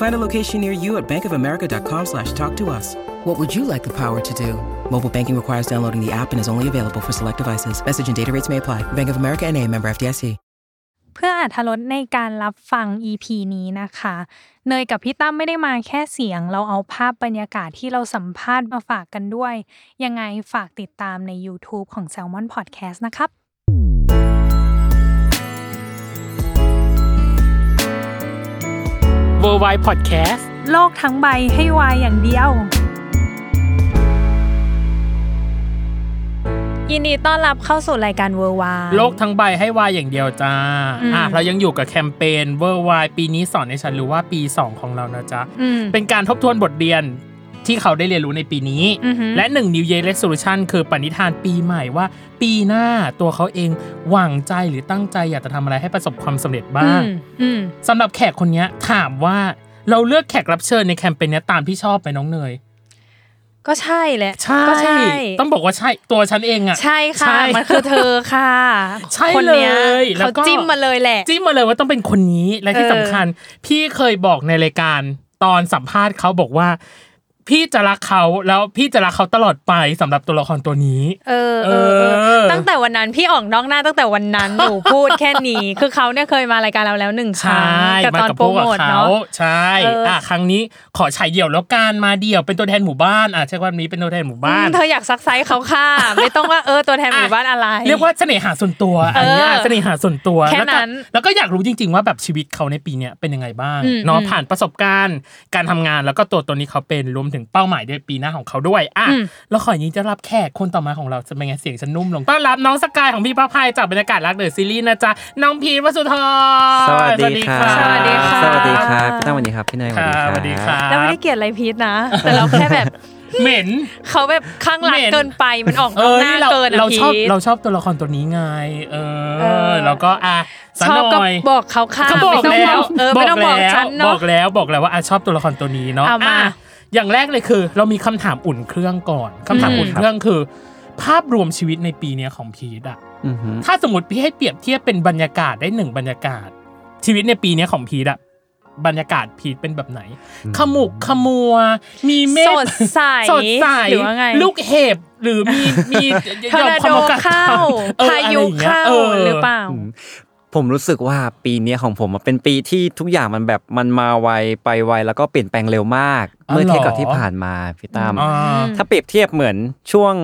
Find a location near you at bankofamerica.com slash talk to us. What would you like the power to do? Mobile banking requires downloading the app and is only available for select devices. Message and data rates may apply. Bank of America and a member FDIC. เพื่ออาธรสในการรับฟัง EP นี้นะคะ เนยกับพี่ตั้มไม่ได้มาแค่เสียง เราเอาภาพบรรยากาศที่เราสัมภาษณ์มาฝากกันด้วย ยังไงฝากติดตามใน YouTube ของ Salmon Podcast นะครับ w o r l d w i d e Podcast โลกทั้งใบให้วายอย่างเดียว ยินดีต้อนรับเข้าสู่รายการเวอร์วา โลกทั้งใบให้วายอย่างเดียวจ้า อืม อ่ะเรายังอยู่กับแคมเปญ w o r l d w i d e ปีนี้สอนให้ฉันรู้ว่าปี 2 ของเรานะจ๊ะ อืม เป็นการทบทวนบทเรียนที่เขาได้เรียนรู้ในปีนี้ อือหือ และ 1 New Year Resolution คือปณิธานปีใหม่ว่า ปีหน้าตัวเขาเองหวังใจหรือตั้งใจอยากจะทำอะไรให้ประสบความสำเร็จ อื บ้าง มอืม สำหรับแขกคนเนี้ยถามว่าเราเลือกแขกรับเชิญในแคมเปญเนี้ยตามที่ชอบไหมน้องเนย ก็ใช่แหละ ใช่ ก็ใช่ ต้องบอกว่าใช่ตัวฉันเองอะ ใช่ค่ะ มันคือเธอค่ะ ใช่ คน เล เนี้ย ยแล้ เขา วก็ จิ้มมาเลยแหละ จิ้มมาเลยว่าต้องเป็นคนนี้และที่ เออ สำคัญ พี่เคยบอกในรายการตอนสัมภาษณ์เขาบอกว่า พี่จะรักเขาแล้วพี่จะรักเขาตลอดไปสำหรับตัวละครตัวนี้ เออเออเออ เออ ตั้งแต่วันนั้นพี่ออกนอกหน้าตั้งแต่วัน นั้น หนูพูดแค่นี้ คือเขาเนี่ยเคยมารายการเราแล้วหนึ่งค ใช รั้ง่ กับ มา ตอน กับ โปรโมท เขา เนาะ ใช่ เอออ่ อ่ะครั้งนี้ขอฉายเดี่ยวแล้วกันมาเดี่ยวเป็นตัวแทนหมู่บ้านอ่ะใช่ว่านี้เป็นตัวแทนหมู่บ้าน เธออยากซักไซส์เขาค่ะ ไม่ต้องว่าเออตัวแทนหมู่บ้านอะไร เรียกว่าเสน่หาส่วนตัวอันเนี้ย เออ เสน่หาส่วนตัว แค่ ล้วก็ นั้น แล้วก็อยากรู้จริง ๆ ว่าแบบชีวิตเขาในปีเนี้ยเป็นยังไงบ้าง อืม เนาะ อืม ผ่านประสบการณ์ การทำงานแล้วก็ตัวตนนี้เขาเป็นรวมถึงเป้าหมายในปีหน้าของเขาด้วยอ่ะ อืม แล้วขอยินดีต้อนรับแขกคนต่อมาของเราจะเป็นไงเสียงฉันนุ่มลงต้อนรับน้องสกายของพี่ป้าพายจากบรรยากาศรักเดอะซีรีส์นะจ๊ะน้องพีทวสุธร สวัสดีครับ สวัสดีค่ะ สวัสดีครับพี่ตั้มสวัสดีครับ พี่เนย ค่ะส ส วั วั ส ส ดี ดี ค ค รั รับ บ เราไม่ได้เกลียดอะไรพีทนะ แต่เราแค่แบบ เหม็น เขาแบบข้างหลัง เหม็น เกินไปมันออกน เอ อก อ หน้า นี่เรา เกินอะ เรา พี ชอบ ท เราชอบตัวละครตัวนี้ไง เอ เออ อแล้วก็อ่ะสก ชอบ ห ก็ น่อย บอกเขาค่ะ ก็บอก ไม่ต้อง แล้ บ ว อกเออไม่ต้องบอกฉัน บ เนาะ อกแล้วบอกแล้วว่าอ่ะชอบตัวละครตัวนี้เนาะ เอามา อ่ะอย่างแรกเลยคือ เรามีคำถามอุ่นเครื่องก่อนคำถาม อืม อุ่นเครื่องคือ ภาพรวมชีวิตในปีเนี้ยของพีทอะ อือหือ ถ้าสมมติพี่ให้เปรียบเทียบเป็นบรรยากาศได้หนึ่งบรรยากาศ ชีวิตในปีเนี้ยของพีทอะบรรยากาศพีทเป็นแบบไหน ขมุกขมัว มีเมฆ สดใส สดใส หรือว่าไง ลูกเห็บหรือมีมี ทอร์นาโด หย่อมความกด เข้า เออ พายุ อะไรองงี้ เข้า ออ หรือเปล่า ผมรู้สึกว่าปีเนี้ยของผมอะเป็นปีที่ทุกอย่างมันแบบมันมาไวไปไวแล้วก็เปลี่ยนแปลงเร็วมาก อ๋อ เมื่อเทียบ เหรอ กับที่ผ่านมาพี่ตั้ม อ่า ถ้าเปรียบเทียบเหมือนช่วง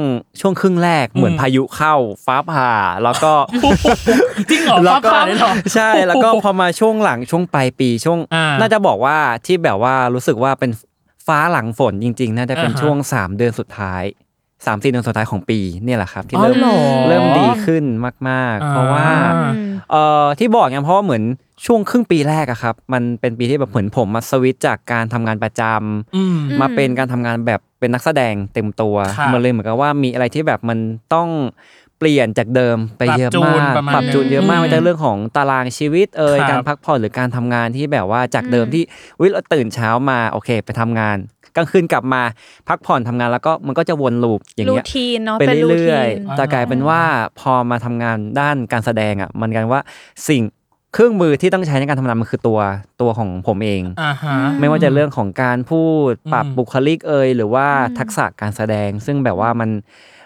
ช่วงครึ่งแรกเหมือน อืม พายุเข้าฟ้าผ่าแล้วก็ จริงเหรอ แล้วก็ ฟ้าผ่าเลยเหรอ ใช่แล้วก็พอมาช่วงหลังช่วงปลายปีช่วง อ่า น่าจะบอกว่าที่แบบว่ารู้สึกว่าเป็นฟ้าหลังฝนจริง ๆ น่าจะเป็น อ่าฮะ ช่วง 3 เดือนสุดท้ายสามสี่เดือนสุดท้ายของปีเนี่ยแหละครับ ที่เริ่ม อ๋อหอ เริ่มดีขึ้นมาก อ่า ๆ เพราะว่าเอ่อที่บอกเนี่ยเพราะว่าเหมือนช่วงครึ่งปีแรกอะครับ มันเป็นปีที่แบบเหมือนผมมาสวิตช์จากการทำงานประจำ อืม มาเป็นการทำงานแบบเป็นนักแสดงเต็มตัว ค่ะ มันเลยเหมือนกับว่ามีอะไรที่แบบมันต้องเปลี่ยนจากเดิมไปเยอะ ปรับจูน มาก ประมาณ ปรับจูนเยอะมาก หนึ่ง ไม่ว่าจะเรื่องของตารางชีวิตเอ่ย ครับ การพักผ่อนหรือการทำงานที่แบบว่าจากเดิมที่วิเราตื่นเช้ามาโอเค ไปทำงานกลางคืนกลับมาพักผ่อนทำงานแล้วก็มันก็จะวนลูปอย่าง รู เงี้ย ทีนเนาะ ไป เป็นรู เรื่ ที อย น ๆแต่กลายเป็นว่าพอมาทำงานด้านการแสดงอ่ะ มันกันว่าสิ่งเครื่องมือที่ต้องใช้ในการทำงานมันคือตัวตัวของผมเอง อ่าฮะ ไม่ว่าจะเรื่องของการพูด อืม ปรับบุคลิกเอยหรือว่าทักษะการแสดง ซึ่งแบบว่ามัน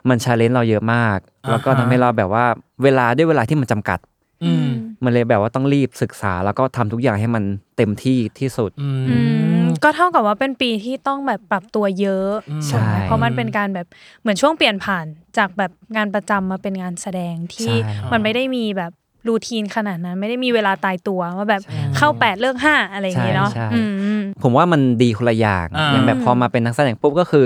มันชาเลนจ์เราเยอะมาก แล้วก็ทำให้เราแบบว่าเวลาด้วยเวลาที่มันจำกัด อืม มันเลยแบบว่าต้องรีบศึกษาแล้วก็ทำทุกอย่างให้มันเต็มที่ที่สุด อืม อืมก็เท่ากับว่าเป็นปีที่ต้องแบบปรับตัวเยอะ อืม ถูกไหม ใช่ เพราะมันเป็นการแบบเหมือนช่วงเปลี่ยนผ่านจากแบบงานประจำมาเป็นงานแสดงที่ ใช่ มันไม่ได้มีแบบรูทีนขนาดนั้น ไม่ได้มีเวลาตายตัวว่าแบบเข้าแปดเลิกห้าอะไรอย่างเงี้ยเนาะ ใช่ใช่ อืม ผมว่ามันดีคนละอย่าง อ่า อย่างแบบพอมาเป็นนักแสดงปุ๊บก็คือ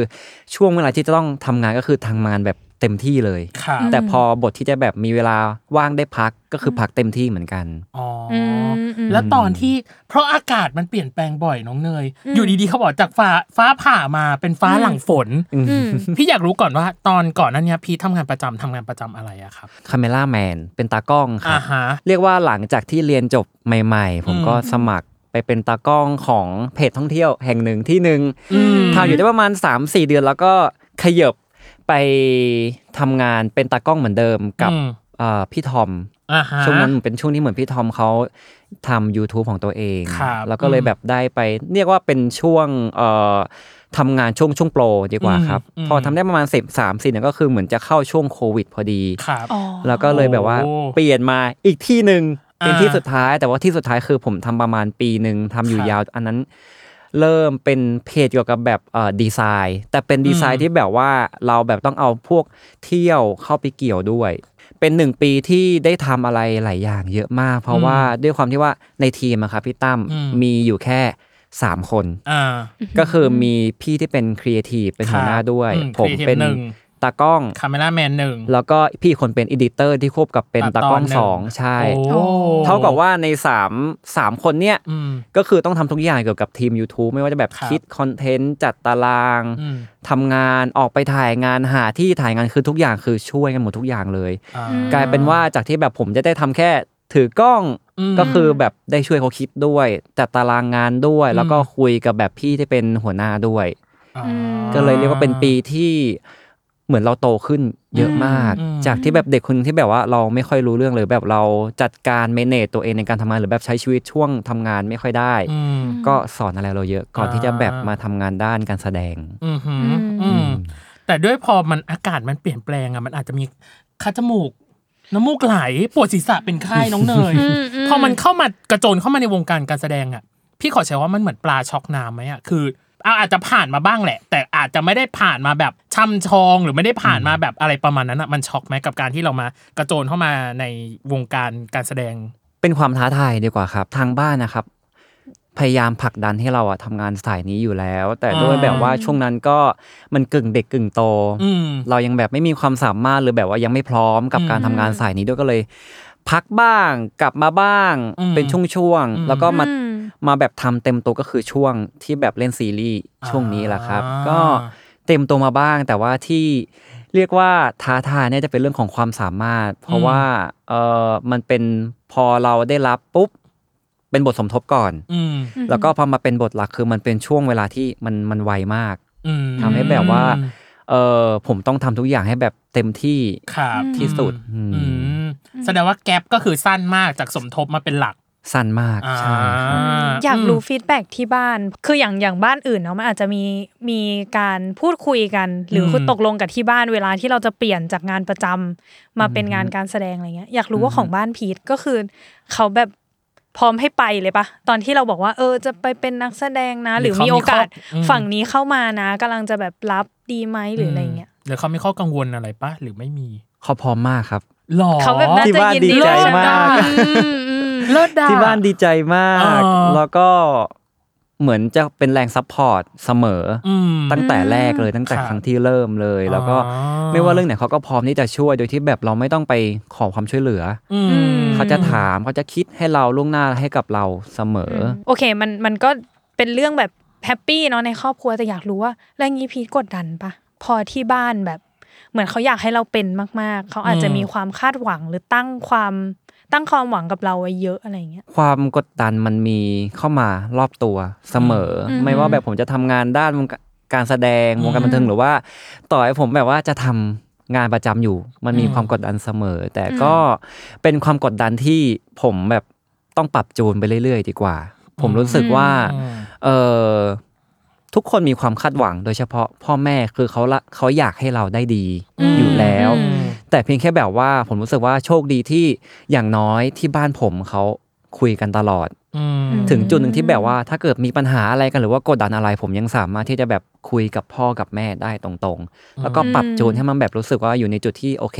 ช่วงเวลาที่จะต้องทำงานก็คือทำงานแบบเต็มที่เลย ค่ะ อืม แต่พอบทที่จะแบบมีเวลาว่างได้พักก็คือพักเต็มที่เหมือนกัน อ๋ออ มอืม แล้วตอนที่เพราะอากาศมันเปลี่ยนแปลงบ่อยน้องเนย อืม อยู่ดีๆเขาบอกจากฟ้าฟ้าผ่ามาเป็นฟ้า อืม หลังฝน อืม พี่อยากรู้ก่อนว่าตอนก่อนหนั้นเนี้ยพี่ทำงานประจำทำงานประจำอะไรอะครับ คาเมล่าแมนเป็นตากล้องค อ่า รับ ฮะ เรียกว่าหลังจากที่เรียนจบใหม่ๆ ผมก็สมัครไปเป็นตากล้องของเพจท่องเที่ยวแห่งหนึ่งที่หนึ่ง อืม ทำอยู่ได้ประมาณ 3-4 เดือนแล้วก็ขยบไปทำงานเป็นตากล้องเหมือนเดิมกับ อืม เอ่อพี่ทอม อ่าฮะ ช่วงนั้นเป็นช่วงที่เหมือนพี่ทอมเขาทำ YouTube ของตัวเอง ครับ แล้วก็เลย อืม แบบได้ไป เรียกว่าเป็นช่วงเอ่อทำงานช่วงช่วงโปรดีกว่าครับ อืมอืม พอทำได้ประมาณสิบสามสี่เนี่ยก็คือเหมือนจะเข้าช่วงโควิดพอดี ครับ อ๋อ แล้วก็เลยแบบว่า โอ้ เปลี่ยนมาอีกที่หนึ่ง อ่า เป็นที่สุดท้ายแต่ว่าที่สุดท้ายคือผมทำประมาณปีหนึ่งทำอยู่ ครับ ยาว อันนั้นเริ่มเป็นเพจเกี่ยวกับแบบเอ่อดีไซน์ แต่เป็นดีไซ อื น์ ม ที่แบบว่าเราแบบต้องเอาพวกเที่ยวเข้าไปเกี่ยวด้วย เป็นหนึ่งปีที่ได้ทำอะไรหลายอย่างเยอะมาก เพราะว่าด้วยความที่ว่าในทีมอะครับพี่ตั้ม อืม มีอยู่แค่สามคน อ่า ก็คือมีพี่ที่เป็นครีเอทีฟเป็นหัวหน้า ครับ ด้วย อืม ผม creative เป็น หนึ่ง ตากล้อง คาเมล่าแมนหนึ่ง แล้วก็พี่คนเป็นอดิเตอร์ที่ควบกับเป็น ตัด ตากล้อตงอนหนึ่ง สองใช่ โอ้ เท่ากับว่าใน3 3คนเนี่ย อืม ก็คือต้องทำทุกอย่างเกี่ยวกับทีม YouTube ไม่ว่าจะแบบ ครับ คิดคอนเทนต์จัดตาราง อืม ทำงานออกไปถ่ายงานหาที่ถ่ายงานคือทุกอย่างคือช่วยกันหมดทุกอย่างเลย อ่า อืม กลายเป็นว่าจากที่แบบผมจะได้ทำแค่ถือกล้อง อืม ก็คือแบบได้ช่วยเขาคิดด้วย จัดตารางงานด้วย อืม แล้วก็คุยกับแบบพี่ที่เป็นหัวหน้าด้วย อ่า ม ก็เลยเรียกว่าเป็นปีที่เหมือนเราโตขึ้นเยอะมาก อืม จากที่แบบเด็กคนหนึ่งที่แบบว่าเราไม่ค่อยรู้เรื่องเลยแบบเราจัดการเมเนจตัวเองในการทำงานหรือแบบใช้ชีวิตช่วงทำงานไม่ค่อยได้ อืม ก็สอนอะไรเราเยอะก่อนที่จะแบบมาทำงานด้านการแสดง อืมหือ อื อื ม มแต่ด้วยพอมันอากาศมันเปลี่ยนแปลงอะมันอาจจะมีคัดจมูก น้ำมูกไหลปวดศีรษะเป็นไข้ น้องเนย อืมอืม พอมันเข้ามากระโจนเข้ามาในวงการการแสดงอะพี่ขอใช้ว่ามันเหมือนปลาช็อกน้ำไหมอะคือเอาอาจจะผ่านมาบ้างแหละ แต่อาจจะไม่ได้ผ่านมาแบบช่ำชอง หรือไม่ได้ผ่านมาแบบอะไรประมาณนั้นอะมันช็อกไหมกับการที่เรามากระโจนเข้ามาในวงการการแสดง เป็นความท้าทายดีกว่าครับ ทางบ้านนะครับ พยายามผลักดันให้เราอะทำงานสายนี้อยู่แล้ว แต่ด้วยแบบว่าช่วงนั้นก็มันกึ่งเด็กกึ่งโต อืม เรายังแบบไม่มีความสามารถหรือแบบว่ายังไม่พร้อมกับ อืม การทำงานสายนี้ด้วยก็เลย พักบ้างกลับมาบ้าง อืม เป็นช่วง อืม ๆแล้วก็มา อืม มาแบบทำเต็มตัวก็คือช่วงที่แบบเล่นซีรีส์ช่วงนี้แหละครับ อ่า ก็เต็มตัวมาบ้าง แต่ว่าที่เรียกว่าท้าทายเนี่ยจะเป็นเรื่องของความสามารถ เพราะว่าเออมันเป็นพอเราได้รับปุ๊บเป็นบทสมทบก่อน อืม แล้วก็พอมาเป็นบทหลักคือมันเป็นช่วงเวลาที่มันมันไวมาก อืม ทำให้แบบว่า เออผมต้องทำทุกอย่างให้แบบเต็มที่ ครับ ที่สุด อืม อืม อืมแสดงว่าแกลบก็คือสั้นมากจากสมทบมาเป็นหลัก สั้นมากใช่ครับ อ่า อยากรู้ อืม ฟีดแบ็ที่บ้าน คืออย่างอย่างบ้านอื่นเนาะมันอาจจะมีมีการพูดคุยกัน หรืออ ม คือตกลงกับที่บ้านเวลาที่เราจะเปลี่ยนจากงานประจำมาเป็นงานการแสดงอะไรเงี้ยอยากรู้ว่าของบ้านพีทก็คือ เขาแบบพร้อมให้ไปเลยปะตอนที่เราบอกว่า เออจะไปเป็นนักแสดงนะ หรือมีโอกาสฝั่งนี้เข้ามานะกำลังจะแบบรับดีไหมหรืออะไรเงี้ย มหรือเขามีข้อกังวลอะไรปะหรือไม่มี เขาพร้อมมากครับ หรอ เขาแบบน่า ที่ จะ บ้าน ยิน ดี ดี ใจ เลิศ มาก อะอืมอืม เลิศดา ที่บ้านดีใจมาก อ๋อ แล้วก็เหมือนจะเป็นแรงซัพพอร์ตเสมออ อืม ตั้งแต่แรกเลยตั้งแต่ ครับ ครั้งที่เริ่มเลย แล้วก็ไม่ว่าเรื่องไหนเขาก็พร้อมที่จะช่วยโดยที่แบบเราไม่ต้องไปขอความช่วยเหลือ อืม อเขาจะถามเขาจะคิดให้เราล่วงหน้าให้กับเราเสมออ โอเคมันมันก็เป็นเรื่องแบบแฮปปี้เนาะในครอบครัวแต่อยากรู้ว่าแล้วอย่างนี้พีทกดดันปะพอที่บ้านแบบ เหมือนเขาอยากให้เราเป็นมาก ๆ เขาอาจจะ อืม มีความคาดหวังหรือตั้งความตั้งความหวังกับเราไว้เยอะอะไรอย่างเงี้ย ความกดดันมันมีเข้ามารอบตัวเสมออ ม ไม่ว่าแบบผมจะทำงานด้านวงการการแสดงวงการบันเทิงหรือว่า ต่อให้ผมแบบว่าจะทำงานประจำอยู่ มันมี อืม ความกดดันเสมอ แต่ก็เป็นความกดดันที่ผมแบบต้องปรับจูนไปเรื่อยๆ ดีกว่า ผมรู้สึกว่า อืม เออทุกคนมีความคาดหวังโดยเฉพาะพ่อแม่คือเขาละเขาอยากให้เราได้ดี อืม อยู่แล้ว อืม แต่เพียงแค่แบบว่าผมรู้สึกว่าโชคดีที่อย่างน้อยที่บ้านผมเขาคุยกันตลอด อืม ถึงจุดหนึ่งที่แบบว่าถ้าเกิดมีปัญหาอะไรกันหรือว่ากดดันอะไร ผมยังสามารถที่จะแบบคุยกับพ่อกับแม่ได้ตรงๆ แล้วก็ปรับจูนให้มันแบบรู้สึกว่าอยู่ในจุดที่โอเค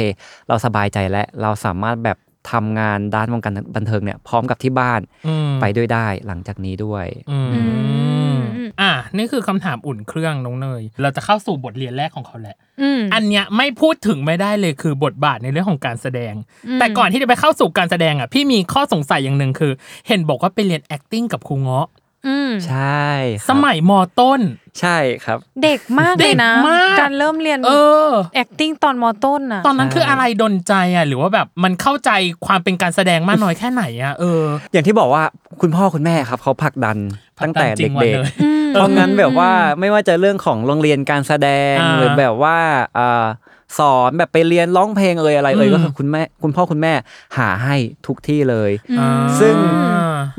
เราสบายใจและเราสามารถแบบทำงานด้านวงการบันเทิงเนี่ยพร้อมกับที่บ้าน อืม ไปด้วยได้หลังจากนี้ด้วย อืม อืม อ่ะนี่คือคำถามอุ่นเครื่องน้องเนย เราจะเข้าสู่บทเรียนแรกของเขาแหละ อืม อันเนี้ยไม่พูดถึงไม่ได้เลยคือบทบาทในเรื่องของการแสดง แต่ก่อนที่จะไปเข้าสู่การแสดงอ่ะพี่มีข้อสงสัยอย่างหนึ่งคือ เห็นบอกว่าไปเรียน acting กับครูเงาะ อืม ใช่ครับ สมัยมต้น ใช่ครับ เด็กมากเลยนะ เด็กมาก การเริ่มเรียน เออ acting ตอนมต้นน่ะ ตอนนั้น ใช่ คืออะไรดนใจอ่ะหรือว่าแบบมันเข้าใจความเป็นการแสดงมากน้อยแค่ไหนอ่ะเออ อย่างที่บอกว่าคุณพ่อคุณแม่ครับเขาผลักดัน ผลักดัน ตั้งแต่ จริ เด็ ง ก ว่ะเลย ๆเพราะงั้นแบบว่าไม่ว่าจะเรื่องของโรงเรียนการแสดง อ่า หรือแบบว่าเอ่อสอนแบบไปเรียนร้องเพลงเอ่ยอะไรเอ่ย อืม ก็คือคุณแม่คุณพ่อคุณแม่หาให้ทุกที่เลย อ่า ซึ่ง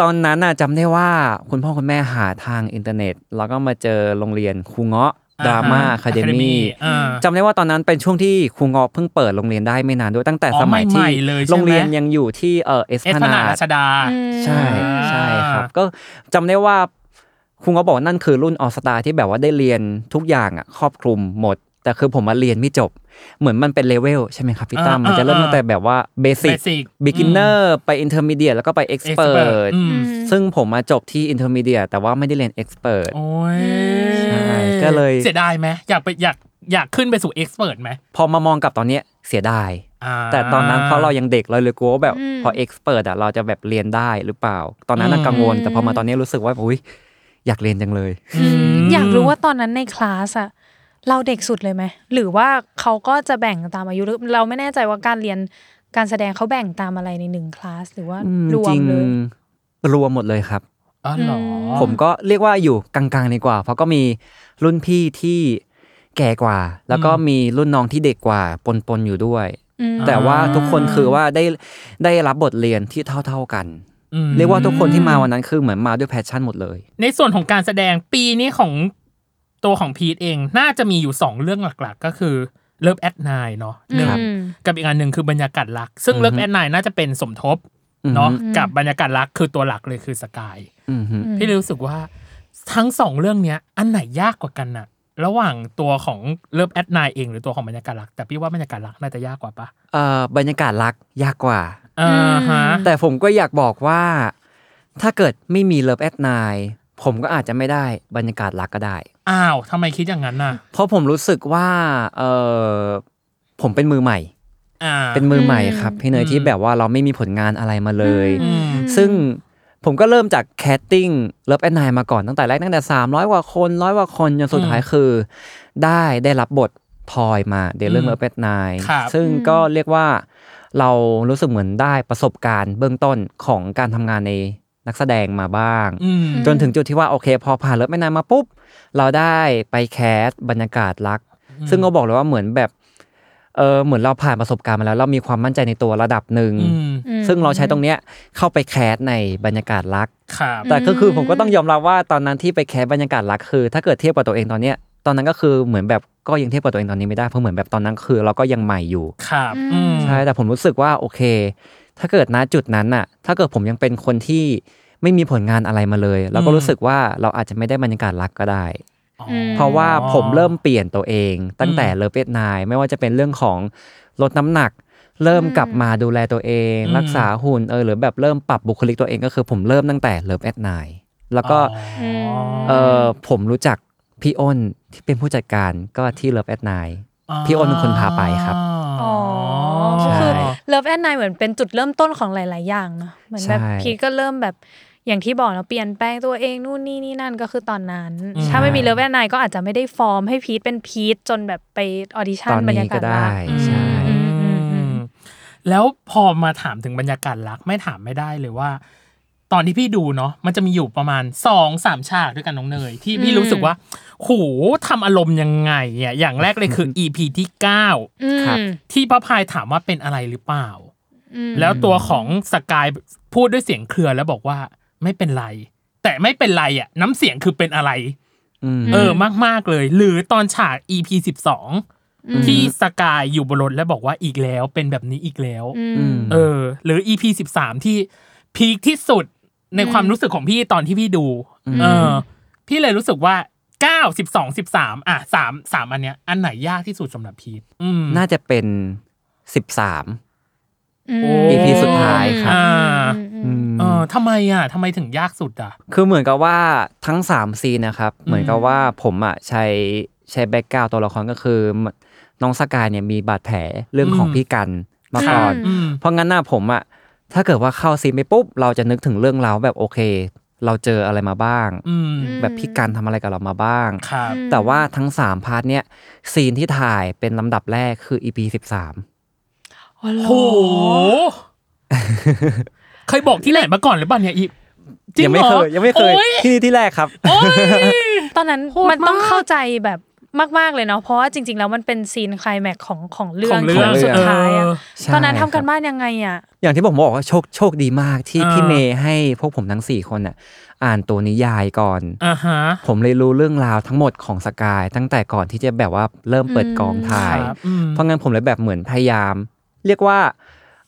ตอนนั้นน่ะจำได้ว่าคุณพ่อคุณแม่หาทางอินเทอร์เน็ต แล้วก็มาเจอโรงเรียนครูเงาะดราม่าคาเดมี่ อ่า จำได้ว่าตอนนั้นเป็นช่วงที่ครูเงาะเพิ่งเปิดโรงเรียนได้ไม่นานด้วยตั้งแต่ อ๋อ สมัยที่ ใหม่ๆเลยใช่ไหม โรงเรียนยังอยู่ที่เออเอส เอส พ พนา นา รัชดา ใช่ อ่า ใช่ครับ ก็จำได้ว่าคุณก็บอกว่านั่นคือรุ่นออสตาที่แบบว่าได้เรียนทุกอย่างอ่ะครอบคลุมหมด แต่คือผมมาเรียนไม่จบ เหมือนมันเป็นเลเวลใช่ไหมครับพี่ตั้ม อ่า มันจะเริ่ม อ่า ตั้งแต่แบบว่าเบสิก Basic บิ๊กินเนอร์ไปอินเ r อร์มีเดียแล้วก็ไปเอ็กซ์เพร Expert ส อืม ซึ่งผมมาจบที่อินเ r อร์มีเดียแต่ว่าไม่ได้เรียนเอ็กซ์เพรส โอ้ย ใช่ก็เลย เสียดายไหมอยากไปอยากอยากขึ้นไปสู่เอ็กซ์เพรสไหม พอมามองกลับตอนเนี้ยเสียดาย อ่า แต่ตอนนั้นเพราะเรายังเด็กเราเลยกลัวว่าแบบ อืม พอเอ็กซ์เพรสอ่ะเราจะแบบเรียนได้หรือเปล่า ตอนนั้นนะ อืม กังวล แต่พอมาตอนนี้รู้สึกว่าอุ้ยอยากเรียนจังเลย อืมอยากรู้ว่าตอนนั้นในคลาสอะเราเด็กสุดเลยไหมหรือว่าเขาก็จะแบ่งตามอายุหรือเราไม่แน่ใจว่าการเรียนการแสดงเขาแบ่งตามอะไรในหนึ่งคลาสหรือว่า อืม รว จ ม ริง เลย รวมหมดเลยครับ อ๋อเหรออ ผมก็เรียกว่าอยู่กลางๆดีกว่า เพราะก็มีรุ่นพี่ที่แก่กว่า แล้วก็ อืม มีรุ่นน้องที่เด็กกว่าปนๆอยู่ด้วย อืม แต่ว่าทุกคนคือว่าได้ได้รับบทเรียนที่เท่า ๆกัน อืม เรียกว่าทุกคนที่มาวันนั้นคือเหมือนมาด้วยแพชชั่นหมดเลย ในส่วนของการแสดงปีนี้ของตัวของพีทเองน่าจะมีอยู่ 2 เรื่องหลักๆ ก็คือเลิฟแอดนเนาะหนึ่ง ครับ อืม กับอีกอันหนึ่งคือบรรยากาศรัก ซึ่ง อือฮึ เลิฟแอดนน่าจะเป็นสมทบ อืม เนาะกับบรรยากาศรักคือตัวหลักเลยคือสกาย อืมฮึ พี่รู้สึกว่าทั้งสองเรื่องเนี้ยอันไหนยากกว่ากันน่ะ ระหว่างตัวของเลิฟแอดนเองหรือตัวของบรรยากาศรัก แต่พี่ว่าบรรยากาศรักน่าจะยากกว่าปะ เอ่อบรรยากาศรักยากกว่า อ่าฮะ แต่ผมก็อยากบอกว่า ถ้าเกิดไม่มีเลิฟแอดนายผมก็อาจจะไม่ได้บรรยากาศรักก็ได้ อ้าวทำไมคิดอย่างนั้นน่ะ เพราะผมรู้สึกว่าเออผมเป็นมือใหม่ อ่า เป็นมือใหม่ครับ พี่เนย อืม ที่แบบว่าเราไม่มีผลงานอะไรมาเลย อืม ซึ่งผมก็เริ่มจากแคสติ้งเลิฟแอนนมาก่อนตั้งแต่แรกตั้งแต่ 300 กว่าคนร้อยกว่าคนจนสุดท้ายคือ ได้ได้รับบททอยมาเดลเรื่อง อืม เลิฟแอนน ครับ ซึ่งก็เรียกว่าเรารู้สึกเหมือนได้ประสบการณ์เบื้องต้นของการทำงานในนักแสดงมาบ้าง อืม จนถึงจุดที่ว่าโอเค พอผ่านเลิฟแอนนมาปุ๊บ เราได้ไปแคสบรรยากาศรัก ซึ่งเราบอกเลยว่าเหมือนแบบเออเหมือนเราผ่านประสบการณ์มาแล้ว เรามีความมั่นใจในตัวระดับหนึ่ง อืม ซึ่งเราใช้ตรงเนี้ยเข้าไปแคสในบรรยากาศรัก ครับ แต่ก็คือผมก็ต้องยอมรับว่าตอนนั้นที่ไปแคสบรรยากาศรักคือ ถ้าเกิดเทียบกับตัวเองตอนเนี้ยตอนนั้นก็คือเหมือนแบบก็ยังเทียบกับตัวเองตอนนี้ไม่ได้เพราะเหมือนแบบตอนนั้นคือเราก็ยังใหม่อยู่ ครับอืม ใช่แต่ผมรู้สึกว่าโอเค ถ้าเกิดณจุดนั้นน่ะ ถ้าเกิดผมยังเป็นคนที่ไม่มีผลงานอะไรมาเลยเราก็ อืม รู้สึกว่าเราอาจจะไม่ได้บรรยากาศรักก็ได้ อ๋อ เพราะว่าผมเริ่มเปลี่ยนตัวเองตั้งแต่ อืม เลิฟเวทนายไม่ว่าจะเป็นเรื่องของลดน้ำหนัก เริ่มกลับมาดูแลตัวเอง อืม รักษาหุ่นเออหรือแบบเริ่มปรับบุคลิกตัวเองก็คือผมเริ่มตั้งแต่เลิฟเวทนายแล้วก็ อ๋อ เออผมรู้จักพี่อ้นที่เป็นผู้จัดการก็ที่เลิฟเวทนาย พี่อ้นเป็นคนพาไปครับ อ๋อ ใช่ ก็คือเลิฟแอนนเหมือนเป็นจุดเริ่มต้นของหลาย ๆ อย่างเนอะเหมือนแบบ ใช่ พีทก็เริ่มแบบอย่างที่บอกเนาะเปลี่ยนแปลงตัวเองนู่นนี่นี่นั่นก็คือตอนนั้น อืม ถ้าไม่มีเลิฟแอนนก็อาจจะไม่ได้ฟอร์มให้พีทเป็นพีทจนแบบไปออดิชั่น ตบอนนี้รรยากาศ ก็ได้ รัก ใช่ อืมอืมอืมแล้วพอมาถามถึงบรรยากาศรักไม่ถามไม่ได้เลยว่า ตอนที่พี่ดูเนาะมันจะมีอยู่ประมาณสองสามฉากด้วยกันน้องเนย ที่พี่ อืม รู้สึกว่าโหทำอารมณ์ยังไงเนี่ยอย่างแรกเลยคือ EP ที่ 9 อืม ครับ ที่พระพายถามว่าเป็นอะไรหรือเปล่า อืม แล้วตัวของสกายพูดด้วยเสียงเครือแล้วบอกว่าไม่เป็นไร แต่ไม่เป็นไรอ่ะน้ำเสียงคือเป็นอะไร อืม เออมาก ๆ เลย หรือตอนฉาก EP 12 อืม ที่สกายอยู่บนรถและบอกว่าอีกแล้วเป็นแบบนี้อีกแล้ว อื อื ม ม เออ หรือ EP สิบสามที่พีคที่สุดใน อืม ความรู้สึกของพี่ตอนที่พี่ดู อืม เออ พี่เลยรู้สึกว่าเก้าสิบสองสิบสามอ่ะสามสามอันเนี้ย อันไหนยากที่สุดสำหรับพีทอืม น่าจะเป็นสิบสาม ม โอ้ EP สุดท้ายครับ อ่า อืมอืม เออทำไมอ่ะทำไมถึงยากสุดอ่ะ คือเหมือนกับว่าทั้ง 3 ซีนนะครับ เหมือนกับว่าผมอ่ะใช้ใช้แบ็กกราวตัวละครก็คือน้องสกายเนี่ยมีบาดแผลเรื่องของ อืม พี่กันมาก่อน ค่ะ อืม เพราะงั้นหน้าผมอ่ะถ้าเกิดว่าเข้าซีนไปปุ๊บ เราจะนึกถึงเรื่องราวแบบโอเค เราเจออะไรมาบ้าง อืม แบบพี่กันทำอะไรกับเรามาบ้าง ครับ แต่ว่าทั้ง 3 พาร์ทเนี่ยซีนที่ถ่ายเป็นลำดับแรกคือ EP 13 อ๋อเหรอ โห เคยบอกที่ไหนมาก่อนหรือเปล่าเนี่ยอีจริ ยัง ง เหรอ ไม่เคยยังไม่เคย โอ๊ ที่ที่แรกครับ โอ๊ย ตอนนั้น โหด มันต้อง มาก เข้าใจแบบมากๆเลยเนาะเพราะว่าจริง ๆ แล้วมันเป็นซีนไคลายแม็กซ์ของของเรื่อง ของเรื่ ที่ อง สุดท้ายอะ เออ ใช่ ตอนนั้นทำ ครั กัน บ บ้านยังไงอ่ะ อย่างที่ผมบอกว่าโชคโชคดีมากที่ อ่า พี่เมย์ให้พวกผมทั้ง 4 คนน่ะอ่านตัวนิยายก่อน อ่าฮะ ผมเลยรู้เรื่องราวทั้งหมดของสกาย ตั้งแต่ก่อนที่จะแบบว่าเริ่มเปิดกองถ่าย ครับอืม เพราะงั้นผมเลยแบบเหมือนพยายาม เรียกว่า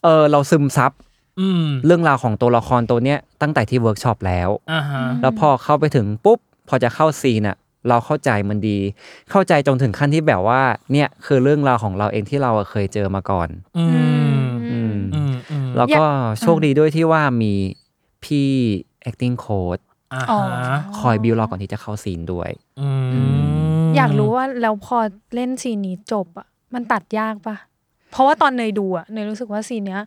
เออเราซึมซับ อืม เรื่องราวของตัวละครตัวเนี้ยตั้งแต่ที่เวิร์กช็อปแล้ว อ่าฮะ แล้วพอเข้าไปถึงปุ๊บ พอจะเข้าซีนอะเราเข้าใจมันดี เข้าใจจนถึงขั้นที่แบบว่าเนี่ยคือเรื่องราวของเราเองที่เราอะเคยเจอมาก่อน อืม อืม อืมอืม แล้วก็โชคดีด้วยที่ว่ามีพี่ acting coach อ่า อ๋อ ฮะ คอยบิวเราก่อนที่จะเข้าซีนด้วย อืม อยากรู้ว่าแล้วพอเล่นซีนนี้จบอ่ะมันตัดยากปะเพราะว่าตอนเนยดูอ่ะเนยรู้สึกว่าซีนเนี้ย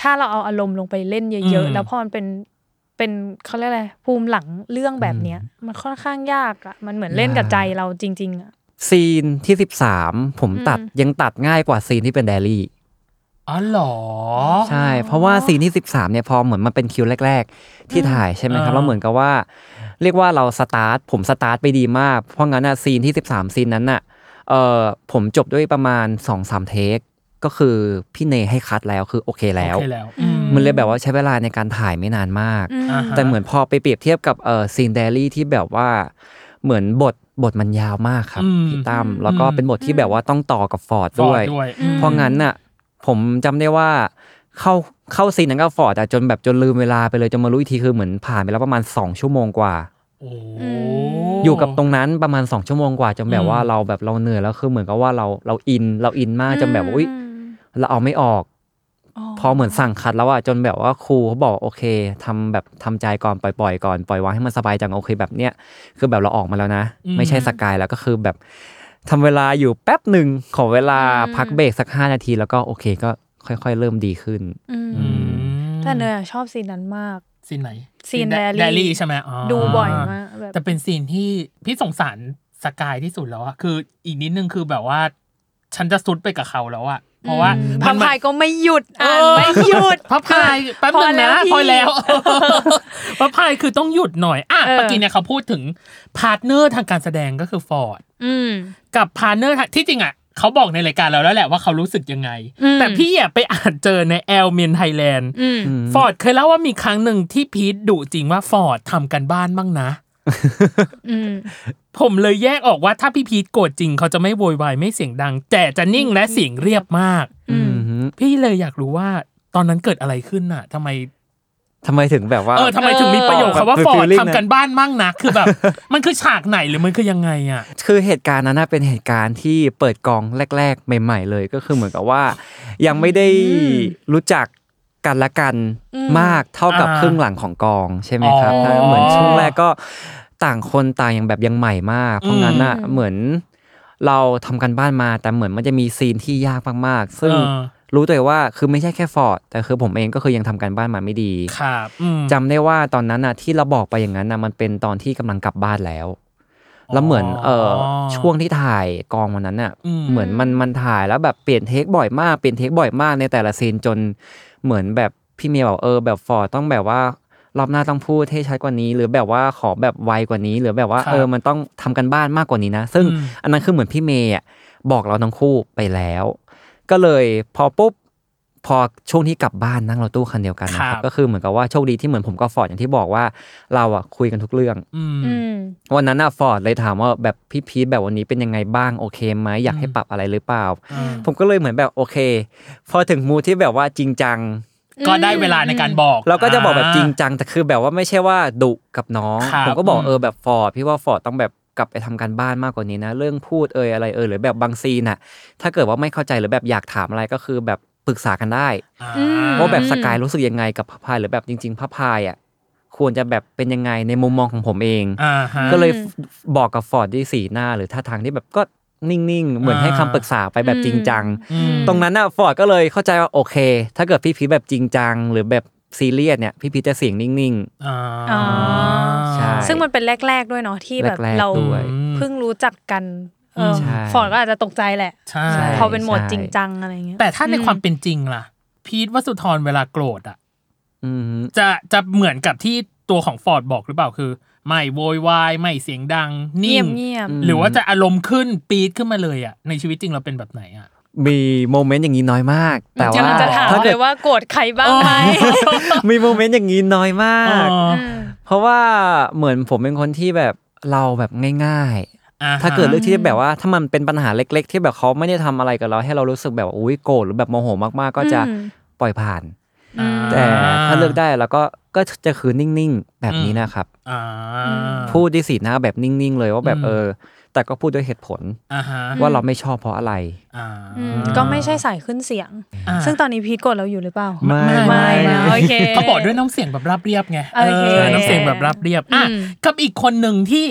ถ้าเราเอาอารมณ์ลงไปเล่นเยอะๆ แล้วพอมันเป็นเป็นเขาเรียกอะไรภูมิหลังเรื่องแบบเนี้ย มันค่อนข้างยากอ่ะมันเหมือนเล่นกับใจเราจริง ๆอ่ะ ซีนที่ 13 ผมตัด อืม ยังตัดง่ายกว่าซีนที่เป็นแดรี่ อ๋อเหรอ ใช่ เพราะว่าซีนที่ 13เนี่ยพอเหมือนมันเป็นคิวแรก ๆ ที่ถ่ายใช่ไหมครับ อ่า แล้วเหมือนกับว่า เรียกว่าเราสตาร์ทผมสตาร์ทไปดีมาก เพราะงั้นอะซีนที่ 13 ซีนนั้นอะเออผมจบด้วยประมาณ 2-3 เทค ก็คือพี่เนยให้คัดแล้วคือโอเค โอ แล้ว เคแล้วอืม มันเลยแบบว่าใช้เวลาในการถ่ายไม่นานมาก อ่าฮะ แต่เหมือนพอไปเปรียบเทียบกับเออซีนเดลี่ที่แบบว่าเหมือนบทบทมันยาวมากครับ อืม พี่ตั้มแล้วก็ อืม เป็นบทที่แบบว่าต้องต่อกับฟอร์ด ฟอ ด้ ร์ ว ด ย ด้วย อืม เพราะงั้นน่ะผมจำได้ว่าเข้าเข้าซีนนั้นกับฟอร์ดอะจนแบบจนลืมเวลาไปเลยจนมารู้อีกทีคือเหมือนผ่านไปแล้วประมาณ 2 ชั่วโมงกว่า โอ้ อยู่กับตรงนั้นประมาณ 2 ชั่วโมงกว่าจนแบ อื บ ม ว่าเราแบบเราเหนื่อยแล้วคือเหมือนกับว่าเราเราอินเราอินมากจนแบบว่าอุ้ยเราเอาไม่ออก พอเหมือนสั่งคัดแล้วอะจนแบบว่าครูเขาบอกโอเคทำแบบทำใจก่อนปล่อยๆก่อนปล่อยวางให้มันสบายจังโอเคแบบเนี้ยคือแบบเราออกมาแล้วนะ อืม ไม่ใช่สกายแล้วก็คือแบบทำเวลาอยู่แป๊บหนึ่งขอเวลา อืม พักเบรกสักห้านาทีแล้วก็โอเคก็ค่อยๆ เริ่มดีขึ้น อืม อืม แต่เนยอะชอบซีนนั้นมาก ซีนไหน ซีนแดรี่ แดรี่ใช่ไหมอ๋อ ดูบ่อยมากแบบ แต่เป็นซีนที่พี่สงสารสกายที่สุดแล้วอะคืออีกนิดนึงคือแบบว่า ฉันจะซุดไปกับเขาแล้วอะเพราะว่า บางพายก็ไม่หยุด เอ อ่าน อ ไม่หยุด พระพายแป๊บนึงนะ พ พ อ อ แล้ แล้วว พี่ พระพายคือต้องหยุดหน่อยอ่ะ เออ เมื่อกี้เนี่ยเขาพูดถึงพาร์ทเนอร์ทางการแสดงก็คือฟอร์ด อืม กับพาร์ทเนอร์ทางที่จริงอะเขาบอกในรายการเราแล้วแหละว่าเขารู้สึกยังไง อืม แต่พี่อะไปอ่านเจอในแอลเมนไทยแลนด์ อืม ฟอร์ดเคยเล่าว่ามีครั้งหนึ่งที่พีทดุจริงว่าฟอร์ดทำกันบ้านบ้างนะ อืม ผมเลยแยกออกว่าถ้าพี่พีทโกรธจริงเขาจะไม่โวยวายไม่เสียงดัง แต่จะนิ่งและเสียงเรียบมาก อืม อืม พี่เลยอยากรู้ว่าตอนนั้นเกิดอะไรขึ้นน่ะทำไม ทำไมถึงแบบว่า เออทำไมถึงมีประโยคคำว่า เออ ฟอร์ด feeling ทำกันบ้านมั่งนะคือ แบบ มันคือฉากไหนหรือมันคือยังไงอ่ะ คือเหตุการณ์นั้นน่ะเป็นเหตุการณ์ที่เปิดกองแรก ๆ ใหม่ ๆ เลยก็คือเหมือนกับว่า ยังไม่ได้รู้จักกันและกัน อืม มากเท่ากับ อ่า ครึ่งหลังของกองใช่ไหมครับ อ๋อ ถ้าเหมือนช่วงแรกก็ต่างคนต่างยังแบบยังใหม่มาก เพราะงั้นน่ะเหมือนเราทำกันบ้านมาแต่เหมือนมันจะมีซีนที่ยากมากๆ ซึ่ง อ่า รู้ตัวเองว่าคือไม่ใช่แค่ฟอร์ดแต่คือผมเองก็คือยังทำกันบ้านมาไม่ดี ครับอืม จำได้ว่าตอนนั้นน่ะที่เราบอกไปอย่างนั้นน่ะมันเป็นตอนที่กำลังกลับบ้านแล้ว แล้วเหมือนเออช่วงที่ถ่ายกองวันนั้นน่ะ อืม เหมือนมันมันถ่ายแล้วแบบเปลี่ยนเทคบ่อยมากเปลี่ยนเทคบ่อยมากในแต่ละซีนจนเหมือนแบบพี่เมย์บอกเออแบบฟอร์ดต้องแบบว่ารอบหน้าต้องพูดให้ชัดกว่านี้ หรือแบบว่าขอแบบไวกว่านี้ หรือแบบว่าเออมันต้องทำกันบ้านมากกว่านี้นะ ซึ่งอันนั้นคือเหมือนพี่เมย์อ่ะบอกเราทั้งคู่ไปแล้ว ก็เลยพอปุ๊บ พอช่วงที่กลับบ้านนั่งรถตู้คันเดียวกันนะคครั รับบ ก็คือเหมือนกับว่าโชคดีที่เหมือนผมกับฟอร์ดอย่างที่บอกว่าเราอะคุยกันทุกเรื่อง อืม อืม วันนั้นอะฟอร์ดเลยถามว่าแบบพี่พีทแบบวันนี้เป็นยังไงบ้างโอเคไหมอยากให้ อืม ปรับอะไรหรือเปล่า อ่า ผมก็เลยเหมือนแบบโอเค พอถึงมูดที่แบบว่าจริงจัง ก็ได้เวลาในการบอก เราก็จะบอกแบบจริงจังแต่คือแบบว่าไม่ใช่ว่าดุกับน้อง ครับ ผมก็บอก อืม เออแบบฟอร์ดพี่ว่าฟอร์ดต้องแบบกลับไปทำการบ้านมากกว่านี้นะ เรื่องพูดเอยอะไรเอยหรือแบบบางซีนน่ะ ถ้าเกิดว่าไม่เข้าใจหรือแบบอยากถามอะไรก็คือแบบปรึกษากันได้ อ่า อืม ว่าแบบสกายรู้สึกยังไงกับพระพายหรือแบบจริง ๆพระพายอ่ะควรจะแบบเป็นยังไงในมุมมองของผมเอง อ่าฮะ ก็เลยบอกกับฟอร์ดด้วยสีหน้าหรือท่าทางที่แบบก็นิ่งๆ เหมือนให้คำปรึกษาไปแบบจริงจัง อืม ตรงนั้นน่ะฟอร์ดก็เลยเข้าใจว่าโอเค ถ้าเกิดพี่พีชแบบจริงจัง หรือแบบซีเรียสเนี่ยพี่พีชจะเสียงนิ่ง อ่า อ๋อ ใช่ ซึ่งมันเป็นแรก ๆ ด้วยเนาะที่แบบ แรกๆ เรา ด้วย เพิ่งรู้จักกันเออ ใช่ ฟอร์ดก็อาจจะตกใจแหละ ใช่ ใช่ พอเป็นโหมด ใช่ จริงจังอะไรเงี้ย แต่ถ้าใน อืม ความเป็นจริงล่ะ พีทวสุธรเวลาโกรธอ่ะ ๆอืม จะจะเหมือนกับที่ตัวของฟอร์ดบอกหรือเปล่าคือ ไม่โวยวายไม่เสียงดัง นิ่ เงีย ง บเงียบ อืม หรือว่าจะอารมณ์ขึ้นปีดขึ้นมาเลยอ่ะ ในชีวิตจริงเราเป็นแบบไหนอ่ะ มีโมเมนต์อย่างนี้น้อยมาก แต่ จะ ว่า มันจะถาม ถ้า เล เกิด ยว่าโกรธใครบ้างไหม มีโมเมนต์อย่างนี้น้อยมาก อ๋อ ม เพราะว่าเหมือนผมเป็นคนที่แบบเราแบบง่าย ๆ อ่ฮะ ถ้าเกิดเรื่องที่แบบว่าถ้ามันเป็นปัญหาเล็ก ๆ ที่แบบเขาไม่ได้ทำอะไรกับเราให้เรารู้สึกแบบว่าอุ้ยโกรธหรือแบบโมโหมากๆ ก็จะ อืม ปล่อยผ่าน อืม แต่ถ้าเลือกได้เราก็ก็จะคือนิ่งๆ แบบนี้ อืม นะครับ อ่า พูดด้วยสีหน้าแบบนิ่งๆ เลยว่าแบบ อืม เออ แต่ก็พูดด้วยเหตุผล อ่าฮะ ว่าเราไม่ชอบเพราะอะไร อ่า อืมก็ไม่ใช่สายขึ้นเสียง อ่า ซึ่งตอนนี้พีทโกรธเราอยู่หรือเปล่า ไม่ ไม่นะโอเค เขาบอกด้วยน้ำเสียงแบบราบเรียบไง โอเค อน้ำเสียงแบบราบเรียบอ่ะ อืม กับอีกคนหนึ่งที่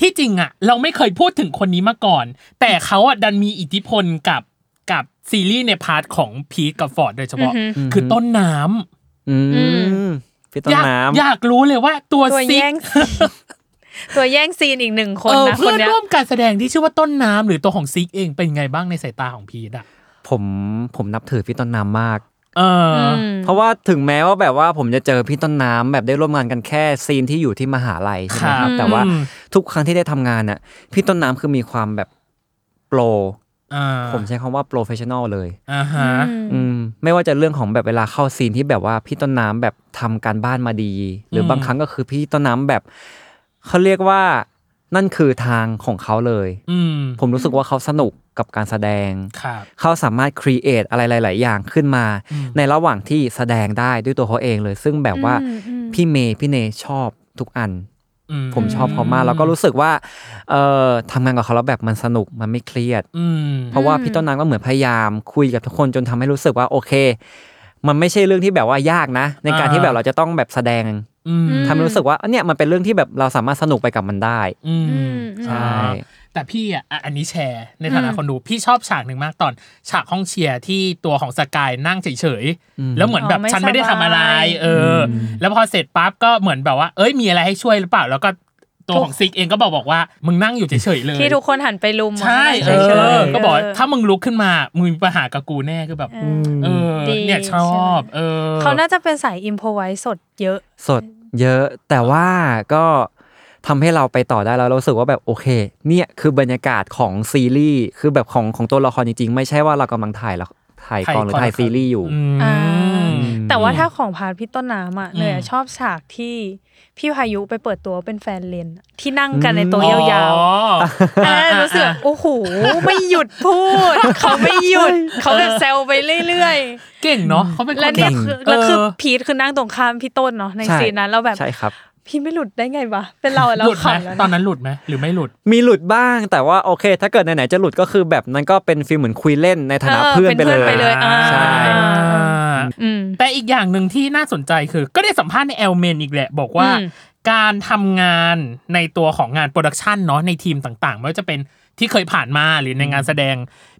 ที่จริงอ่ะ เราไม่เคยพูดถึงคนนี้มาก่อน แต่เขาอ่ะดันมีอิทธิพลกับกับซีรีส์ในพาร์ทของพีทกับฟอร์ดโดยเฉพาะ คือต้นน้ำ อื อื มพี่ต้น อยาก น้ำ อยากรู้เลยว่าตัว ตัว ซิก แย่ง ตัวแย่งซีนอีกหนึ่งคน เออ นะค เพื่อน น เนี้ย ร่วมการแสดงที่ชื่อว่าต้นน้ำหรือตัวของซิกเองเป็นไงบ้างในสายตาของพีทอ่ะ ผมผมนับถือพี่ต้นน้ำมาก เอออ เพราะว่าถึงแม้ว่าแบบว่าผมจะเจอพี่ต้นน้ำแบบได้ร่วมงานกันแค่ซีนที่อยู่ที่มหาลัยใช่ไหมค ครั รั บบ แต่ว่า อืม ทุกครั้งที่ได้ทำงานน่ะพี่ต้นน้ำคือมีความแบบโปร อ่า ผมใช้คำว่าโปรเฟชชั่นอลเลย อ่าฮะ อืมไม่ว่าจะเรื่องของแบบเวลาเข้าซีนที่แบบว่าพี่ต้นน้ำแบบทำการบ้านมาดี หรือบางครั้งก็คือพี่ต้นน้ำแบบเขาเรียกว่านั่นคือทางของเขาเลย อืม ผมรู้สึกว่าเขาสนุกกับการแสดง ครับ เขาสามารถครีเอทอะไรหลาย ๆ อย่างขึ้นมา อืม ในระหว่างที่แสดงได้ด้วยตัวเขาเองเลย ซึ่งแบบว่า อืมอืม พี่เมย์พี่เนยชอบทุกอัน อื ผมชอบเขามากแล้วก็รู้สึกว่าเอ่อทำงานกับเขาแล้วแบบมันสนุกมันไม่เครียด อืม เพราะว่าพี่ต้นน้ำก็เหมือนพยายามคุยกับทุกคนจนทำให้รู้สึกว่าโอเค มันไม่ใช่เรื่องที่แบบว่ายากนะ ในการที่แบบเราจะต้องแบบแสดง อืม ทำให้รู้สึกว่าอันเนี่ยมันเป็นเรื่องที่แบบเราสามารถสนุกไปกับมันได้ อืม อืมอใช่่าแต่พี่อ่ะอ่ะอันนี้แชร์ ในฐานะ อืม คนดูพี่ชอบฉากหนึ่งมากตอนฉากห้องเชียร์ที่ตัวของสกายนั่งเฉยๆ แล้วเหมือนแบบ อ๋อไม่ ฉันไม่ได้ทำอะไร สบาย เอออแล้วพอเสร็จปั๊บก็เหมือนแบบว่า เอ้ยมีอะไรให้ช่วยหรือเปล่า แล้วก็ตัวของซิกเองก็บอกบอกว่า มึงนั่งอยู่เฉยๆเลย ที่ทุกคนหันไปลุม ใช่ เฉ เอๆยเอ อ อ ก็บอกว่าถ้ามึงลุกขึ้นมามึงมีปัญหากับกูแน่คือแบบเออ ดี เนี่ยช ใช่ อบเออ เขาน่าจะเป็นสายอิมพอไว้สดเยอะ สดเยอะแต่ว่าก็ทำให้เราไปต่อได้แล้วเรารู้สึกว่าแบบโอเค เนี่ยคือบรรยากาศของซีรีส์คือแบบของของตัวละครจริงๆ ไม่ใช่ว่าเรากำลังถ่ายละถ่ายกองหรือถ่ายซีรีส์อยู่ อืม อ่า แต่ว่า อืม ถ้าของพาร์ทพี่ต้นน้ำอ่ะ อืม เลยอะชอบฉากที่พี่พายุไปเปิดตัวเป็นแฟนเลนอะที่นั่งกันในโต๊ะยาวๆอ๋อ อันนั้นรู้สึกโอ้โหไม่หยุดพูด เขาไม่หยุด เขาแบบแซวไปเรื่อย เก่งเนาะเขาเป็น ๆ ค และ น นี่ แบบ คือแล้วคือ เ พีทคือนั่งตรงข้ามพี่ต้นเนาะใน ใช่ ซีนนั้นเราแบบ ใช่ครับ พี่ไม่หลุดได้ไงวะเป็นเราอะเรา หลุดไหม ขำแล้วะ ตอนนั้นหลุดไหมหรือไม่หลุด มีหลุดบ้างแต่ว่าโอเค ถ้าเกิดไหนๆจะหลุดก็คือแบบนั้นก็เป็นฟีลเหมือนคุยเล่นในฐานะเพื่อนไปเลย อ่า ใช่ อืม แต่อีกอย่างหนึ่งที่น่าสนใจคือ ก็ได้สัมภาษณ์ในแอลเมนอีกแหละ บอกว่า อืม การทำงานในตัวของงานโปรดักชันเนาะในทีมต่างๆ ไม่ว่าจะเป็นที่เคยผ่านมาหรือในงานแสดง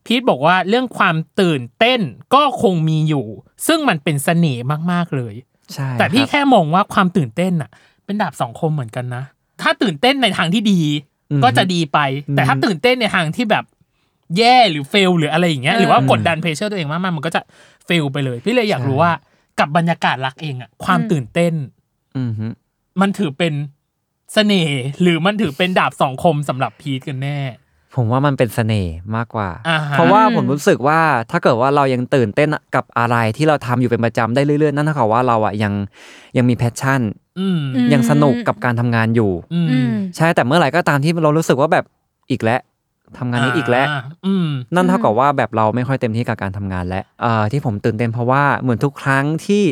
พีทบอกว่าเรื่องความตื่นเต้นก็คงมีอยู่ ซึ่งมันเป็นเสน่ห์มากๆเลย ใช่ แต่พี่ ครับ แค่มองว่าความตื่นเต้นน่ะ เป็นดาบสองคมเหมือนกันนะ ถ้าตื่นเต้นในทางที่ดีก็จะดีไป แต่ถ้าตื่นเต้นในทางที่แบบแย่หรือเฟลหรืออะไรอย่างเงี้ย เออ หรือว่ากดดันเพรสเชอร์ตัวเองมากๆมันก็จะเฟลไปเลย พี่เลยอยากรู้ว่ากับบรรยากาศรักเองอะความตื่นเต้น อือฮึ มันถือเป็นเสน่ห์หรือมันถือเป็นดาบสองคมสำหรับพีทกันแน่ ผมว่ามันเป็นเสน่ห์มากกว่า อ่าฮะ เพราะว่า อืม ผมรู้สึกว่าถ้าเกิดว่าเรายังตื่นเต้นกับอะไรที่เราทำอยู่เป็นประจำได้เรื่อยๆ นั่นเท่ากับว่าเราอ่ะยังยังมีแพชชั่น อืม อืม ยังสนุกกับการทำงานอยู่ อื อื ม ม ใช่แต่เมื่อไหร่ก็ตามที่เรารู้สึกว่าแบบอีกแล้วทำงานนี้อีกแล้ว าอืม นั่นเท่า อืม กับว่าแบบเราไม่ค่อยเต็มที่กับการทำงานและเอ่อที่ผมตื่นเต้นเพราะว่าเหมือนทุกครั้งที่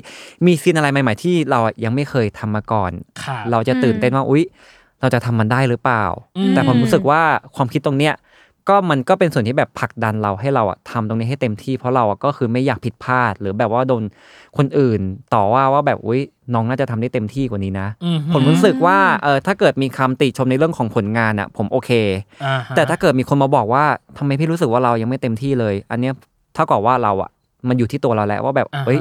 มีซีนอะไรใหม่ ๆ ที่เราอะยังไม่เคยทำมาก่อน ค่ะ เราจะตื่นเต้นว่าอุ๊ย เราจะทำมันได้หรือเปล่า อืม แต่ผมรู้สึกว่าความคิดตรงเนี้ยก็มันก็เป็นส่วนที่แบบผลักดันเราให้เราอะทำตรงนี้ให้เต็มที่ เพราะเราอะก็คือไม่อยากผิดพลาด หรือแบบว่าโดนคนอื่น ต่อว่าว่าแบบอุ๊ยน้องน่าจะทำได้เต็มที่กว่านี้นะ อืฮึ ผมรู้สึกว่าเออถ้าเกิดมีคำติชมในเรื่องของผลงานอะผมโอเค อ่ฮะ แต่ถ้าเกิดมีคนมาบอกว่าทำไมพี่รู้สึกว่าเรายังไม่เต็มที่เลย อันเนี้ยเท่ากับว่าเราอะมันอยู่ที่ตัวเราแล้วว่าแบบ อ่าฮะ เอ้ย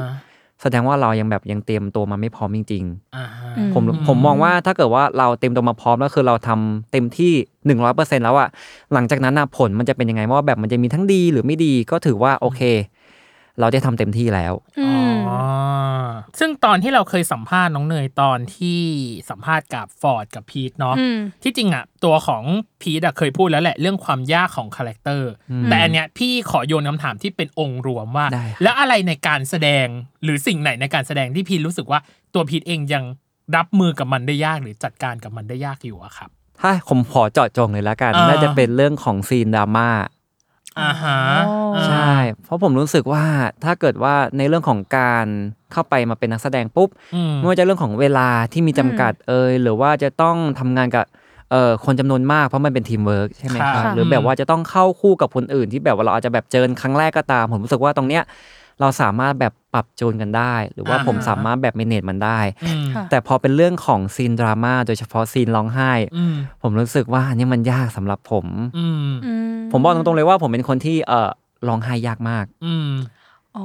แสดงว่าเรายังแบบยังเตรียมตัวมาไม่พร้อมจริง อ่าฮะ ๆ ผมผมมองว่าถ้าเกิดว่าเราเตรียมตัวมาพร้อมแล้วคือเราทำเต็มที่ 100%แล้วอะหลังจากนั้นอะผลมันจะเป็นยังไงว่าแบบมันจะมีทั้งดีหรือไม่ดีก็ถือว่าโอเค เราได้ทำเต็มที่แล้ว อืม อ๋อซึ่งตอนที่เราเคยสัมภาษณ์น้องเนยตอนที่สัมภาษณ์กับฟอร์ดกับพีทเนาะ อืม ที่จริงอะตัวของพีทอะเคยพูดแล้วแหละเรื่องความยากของคาแรคเตอร์แต่อันเนี้ยพี่ขอโยนคำถามที่เป็นองค์รวมว่า ได้ครับ แล้วอะไรในการแสดงหรือสิ่งไหนในการแสดงที่พีทรู้สึกว่าตัวพีทเองยังรับมือกับมันได้ยากหรือจัดการกับมันได้ยากอยู่อะครับ ถ้าผมขอเจาะจงเลยละกัน อ่า น่าจะเป็นเรื่องของซีนดราม่า อ่าฮะ อ๋อ ใช่ เพราะผมรู้สึกว่าถ้าเกิดว่าในเรื่องของการเข้าไปมาเป็นนักแสดงปุ๊บ อืม ไม่ว่าจะเรื่องของเวลาที่มีจำกัดเอยหรือว่าจะต้องทำงานกับเอ่อคนจำนวนมากเพราะมันเป็นทีมเวิร์กใช่ไหมครับ ค่ะ หรือแบบว่าจะต้องเข้าคู่กับคนอื่น ที่แบบว่าเราอาจจะแบบเจอกันครั้งแรกก็ตาม ผมรู้สึกว่าตรงเนี้ยเราสามารถแบบปรับจูนกันได้ หรือว่าผม อ่าฮะ สามารถแบบเมเนจมันได้ อืม ค่ะ แต่พอเป็นเรื่องของซีนดราม่าโดยเฉพาะซีนร้องไห้ อืม ผมรู้สึกว่าอันนี่มันยากสำหรับผม อืม อื ผมบอกตรงๆเลยว่าผมเป็นคนที่เอ่อร้องไห้ยากมาก อืม อ๋อ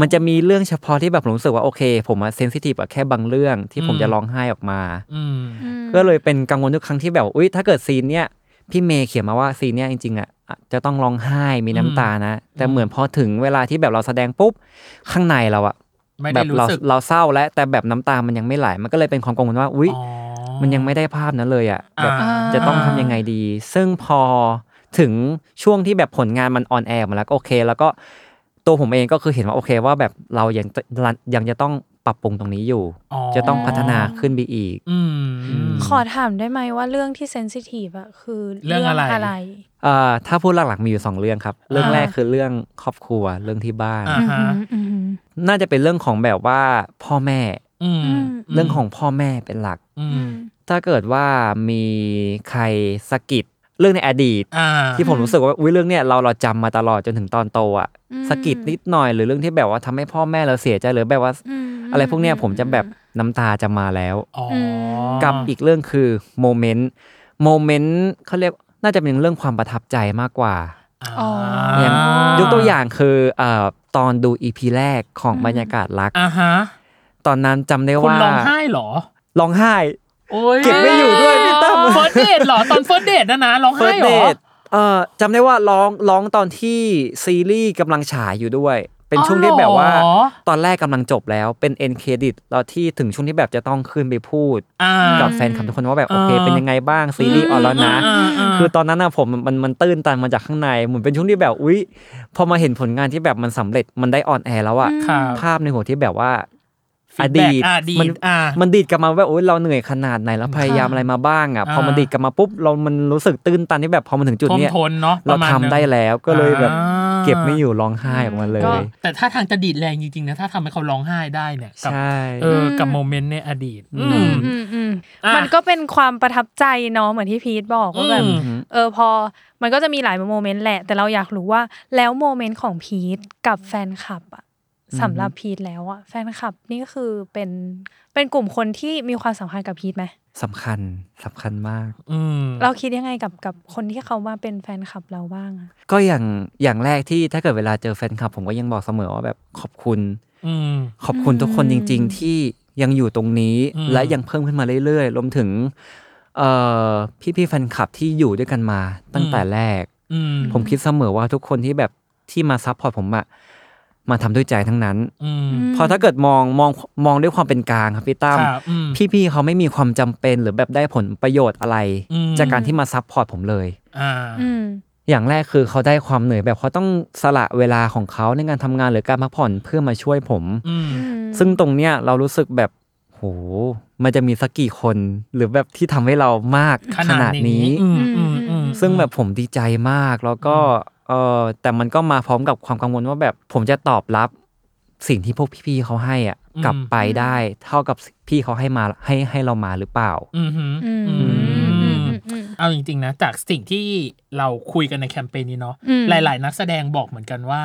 มันจะมีเรื่องเฉพาะที่แบบผมรู้สึกว่าโอเค ผมอะเซนซิทีฟกับแค่บางเรื่องที่ผม อืม จะร้องไห้ออกมา อืม ก็เลยเป็นกังวลทุกครั้งที่แบบอุ้ยถ้าเกิดซีนเนี้ยพี่เมย์เขียนมาว่าซีนเนี้ยจริงๆอ่ะจะต้องร้องไห้มีน้ำตานะ แต่เหมือนพอถึงเวลาที่แบบเราแสดงปุ๊บข้างในเราอะ ไม่ แบ ได้ บ รู้ เรา สึก เราเศร้าแล้วแต่แบบน้ำตามันยังไม่ไหลมันก็เลยเป็นความกังวลว่าอุ้ย อ๋อ มันยังไม่ได้ภาพนั้นเลยอ่ะแบบ อ่า จะต้องทำยังไงดี ซึ่งพอถึงช่วงที่แบบผลงานมันออนแอร์มาแล้วก็โอเค แล้วก็ตัวผมเองก็คือเห็นว่าโอเคว่าแบบเรายังยังจะต้องปรับปรุงตรงนี้อยู่ จะต้องพัฒนาขึ้นไปอีก อืม ขอถามได้ไหมว่าเรื่องที่เซนซิทีฟอะคือ เรื่องอะไร เอ่อถ้าพูดหลักๆมีอยู่สองเรื่องครับ เรื่องแรกคือเรื่องครอบครัวเรื่องที่บ้าน อ่า อืมอืม น่าจะเป็นเรื่องของแบบว่าพ่อแม่ อืม อืม เรื่องของพ่อแม่เป็นหลัก อื อื ม ม ถ้าเกิดว่ามีใครสะกิดเรื่องในอดีต อ่า ที่ผมรู้สึกว่าอุ๊ยเรื่องเนี้ยเราเราจำมาตลอดจนถึงตอนโตอะ อืม สะกิดนิดหน่อยหรือเรื่องที่แบบว่าทำให้พ่อแม่เราเสียใจหรือแบบว่า ม อะไรพวกเนี้ยผมจะแบบน้ำตาจะมาแล้ว อ๋อ กับอีกเรื่องคือโมเมนต์โมเมนต์เขาเรียกน่าจะเป็นเรื่องความประทับใจมากกว่า อ๋อ อ อย่าง อ่าย ยกตัวอย่างคือเอ่อตอนดูอีพีแรกของบรรยากาศรัก อ่าฮะ ตอนนั้นจำได้ คุณ ว่า ร้องไห้เหรอ ร้องไห้ โอ้ย เก็บไม่อยู่ด้วยพี่ตั้ม เฟิร์สเดทเหรอ ตอนเฟิร์สเดทนะนะร้อง เฟิ ไห้ ร์ส เหร เด อ ทเอ่อจำได้ว่าร้องร้องตอนที่ซีรีส์กำลังฉายอยู่ด้วย เป็นช่วงที่แบบว่า อ๋อเหรอ ตอนแรกกำลังจบแล้วเป็นเอ็นเครดิตเราที่ถึงช่วงที่แบบจะต้องขึ้นไปพูด อ่า กับแฟนคลับทุกคนว่าแบบโอเค อ่า เป็นยังไงบ้างซีรีส์ออนแล้วนะ อ่าาา คือตอนนั้นนะผมมันมันตื้นตันมาจากข้างในเหมือนเป็นช่วงที่แบบอุ๊ยพอมาเห็นผลงานที่แบบมันสำเร็จมันได้ออนแอร์แล้วอะ ครับ ภาพในหัวที่แบบว่า Feedback อดีต อ่าอดีต มั อ่ามั มันดีดกลับมาว่าโอ๊ยเราเหนื่อยขนาดไหนแล้วพยายามอะไรมาบ้างอะพอมัน อ่า ดีดกลับมาปุ๊บเรามันรู้สึกตื้นตันที่แบบพอมันถึงจุด ท่วม เนี้ย ทนเนาะป เรา ระมณ ทำ หนึ่ง ได้แล้วก็เลยแบบ อ่า เก็บไม่อยู่ร้องไห้ออกมาเล ก็ ย แต่ถ้าทางจะดีดแรงจริงๆนะถ้าทำให้เขาร้องไห้ได้เนี่ยกับ ใช่ เออกับโมเมนต์ในอดีต อื อื ม มอืมอืม อ่ะ มันก็เป็นความประทับใจเนาะเหมือนที่พีทบอกว่าแบบ อืม เออพอมันก็จะมีหลายโมเมนต์แหละ แต่เราอยากรู้ว่าแล้วโมเมนต์ของพีทกับแฟนคลับอะสำหรับพีทแล้วอะแฟนคลับนี่คือเป็นเป็นกลุ่มคนที่มีความสัมพันธ์กับพีทไหม สำคัญสำคัญมาก อืม เราคิดยังไงกับกับคนที่เขามาเป็นแฟนคลับเราบ้างอะ ก็อย่างอย่างแรกที่ถ้าเกิดเวลาเจอแฟนคลับ ผมก็ยังบอกเสมอว่าแบบขอบคุณ อืม ขอบคุณทุกคนจริง ๆ ที่ยังอยู่ตรงนี้ อืม และยังเพิ่มขึ้นมาเรื่อยๆรวมถึงเอ่อพี่ๆแฟนคลับที่อยู่ด้วยกันมาตั้งแต่แรก อืม ผมคิดเสมอว่าทุกคนที่แบบที่มาซัพพอร์ตผมอะมาทำด้วยใจทั้งนั้น อืม อืม พอถ้าเกิดมองมองมองด้วยความเป็นกลางครับพี่ตั้ม ครับอืม พี่ๆเขาไม่มีความจำเป็นหรือแบบได้ผลประโยชน์อะไร อืม จากการที่มาซัพพอร์ตผมเลย อ่า อืม อย่างแรกคือเขาได้ความเหนื่อยแบบเขาต้องสละเวลาของเขาในการทำงานหรือการพักผ่อนเพื่อมาช่วยผม อืม อืม ซึ่งตรงเนี้ยเรารู้สึกแบบโหมันจะมีสักกี่คน หรือแบบที่ทำให้เรามากขนาดนี้ อืมอืมอืม ซึ่งแบบผมดีใจมากแล้วก็เออแต่มันก็มาพร้อมกับความกังวลว่าแบบผมจะตอบรับสิ่งที่พวกพี่ๆเขาให้อ่ะกลับไปได้เท่ากับพี่เขาให้มาให้ให้เรามาหรือเปล่า อืมอืม อืม อื อืมอืม ม อืม เอาจริงๆนะ จากสิ่งที่เราคุยกันในแคมเปญนี้เนาะ อืม หลาย ๆ นักแสดงบอกเหมือนกันว่า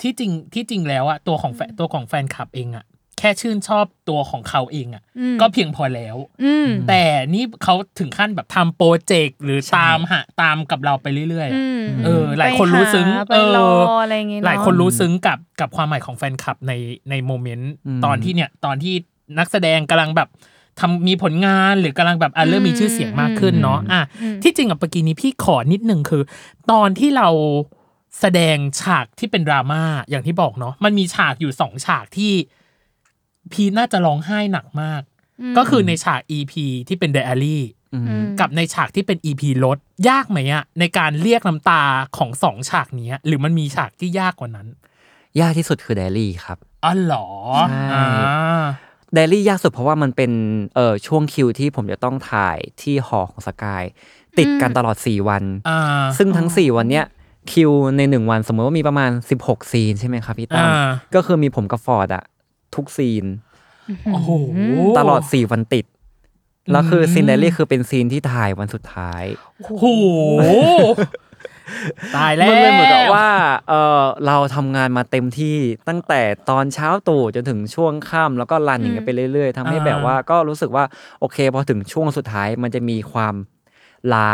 ที่จริงที่จริงแล้วอะตัวของแฟนตัวของแฟนคลับเองอะแค่ชื่นชอบตัวของเขาเองอะ อืม ก็เพียงพอแล้ว อืม แต่นี่เขาถึงขั้นแบบทำโปรเจกต์หรือตามหาตามกับเราไปเรื่อยๆอะ ม เออหลายคนรู้ซึ้ง ไปหาไปรอ เอออ อะไรอย่างเงี้ย หลายคนรู้ซึ้งกับกับความหมายของแฟนคลับในในโมเมนต์ อืม ตอนที่เนี่ยตอนที่นักแสดงกำลังแบบทำมีผลงานหรือกำลังแบบอ่ะเริ่มมีชื่อเสียงมากขึ้นเนาะอ่ะที่จริงอ่ะปกี้นี้พี่ขอนิดนึงคือ ตอนที่เราแสดงฉากที่เป็นดราม่าอย่างที่บอกเนาะมันมีฉากอยู่สองฉากที่พีน่าจะร้องไห้หนักมาก ก็คือในฉาก EP ที่เป็นไดอารี่ อืม กับในฉากที่เป็น EP ลดยากไหมอะในการเรียกน้ำตาของสองฉากเนี้ย หรือมันมีฉากที่ยากกว่านั้น ยากที่สุดคือไดอารี่ครับ อ๋อเหรอ ใช่ อ่า ไดอารี่ยากสุดเพราะว่ามันเป็นเออช่วงคิวที่ผมจะต้องถ่ายที่หอของสกาย ติดกันตลอด 4 วัน อ่า ซึ่งทั้ง 4 วันเนี้ยคิวใน 1 วันสมมติว่ามีประมาณ 16 ซีนใช่ไหมครับพี่ตั้ม อ่า ก็คือมีผมกับฟอร์ดอะทุกซีน โอ้โห ตลอด 4 วันติด แล้วคือ ม ซีนไดอารี่คือเป็นซีนที่ถ่ายวันสุดท้าย โอ้โหตายแล้ว มันเลยเหมือนกับว่าเออเราทำงานมาเต็มที่ตั้งแต่ตอนเช้าตรู่จนถึงช่วงค่ำแล้วก็รันอย่างเงี้ยไปเรื่อยๆทำให้แบบว่าก็รู้สึกว่าโอเคพอถึงช่วงสุดท้ายมันจะมีความล้า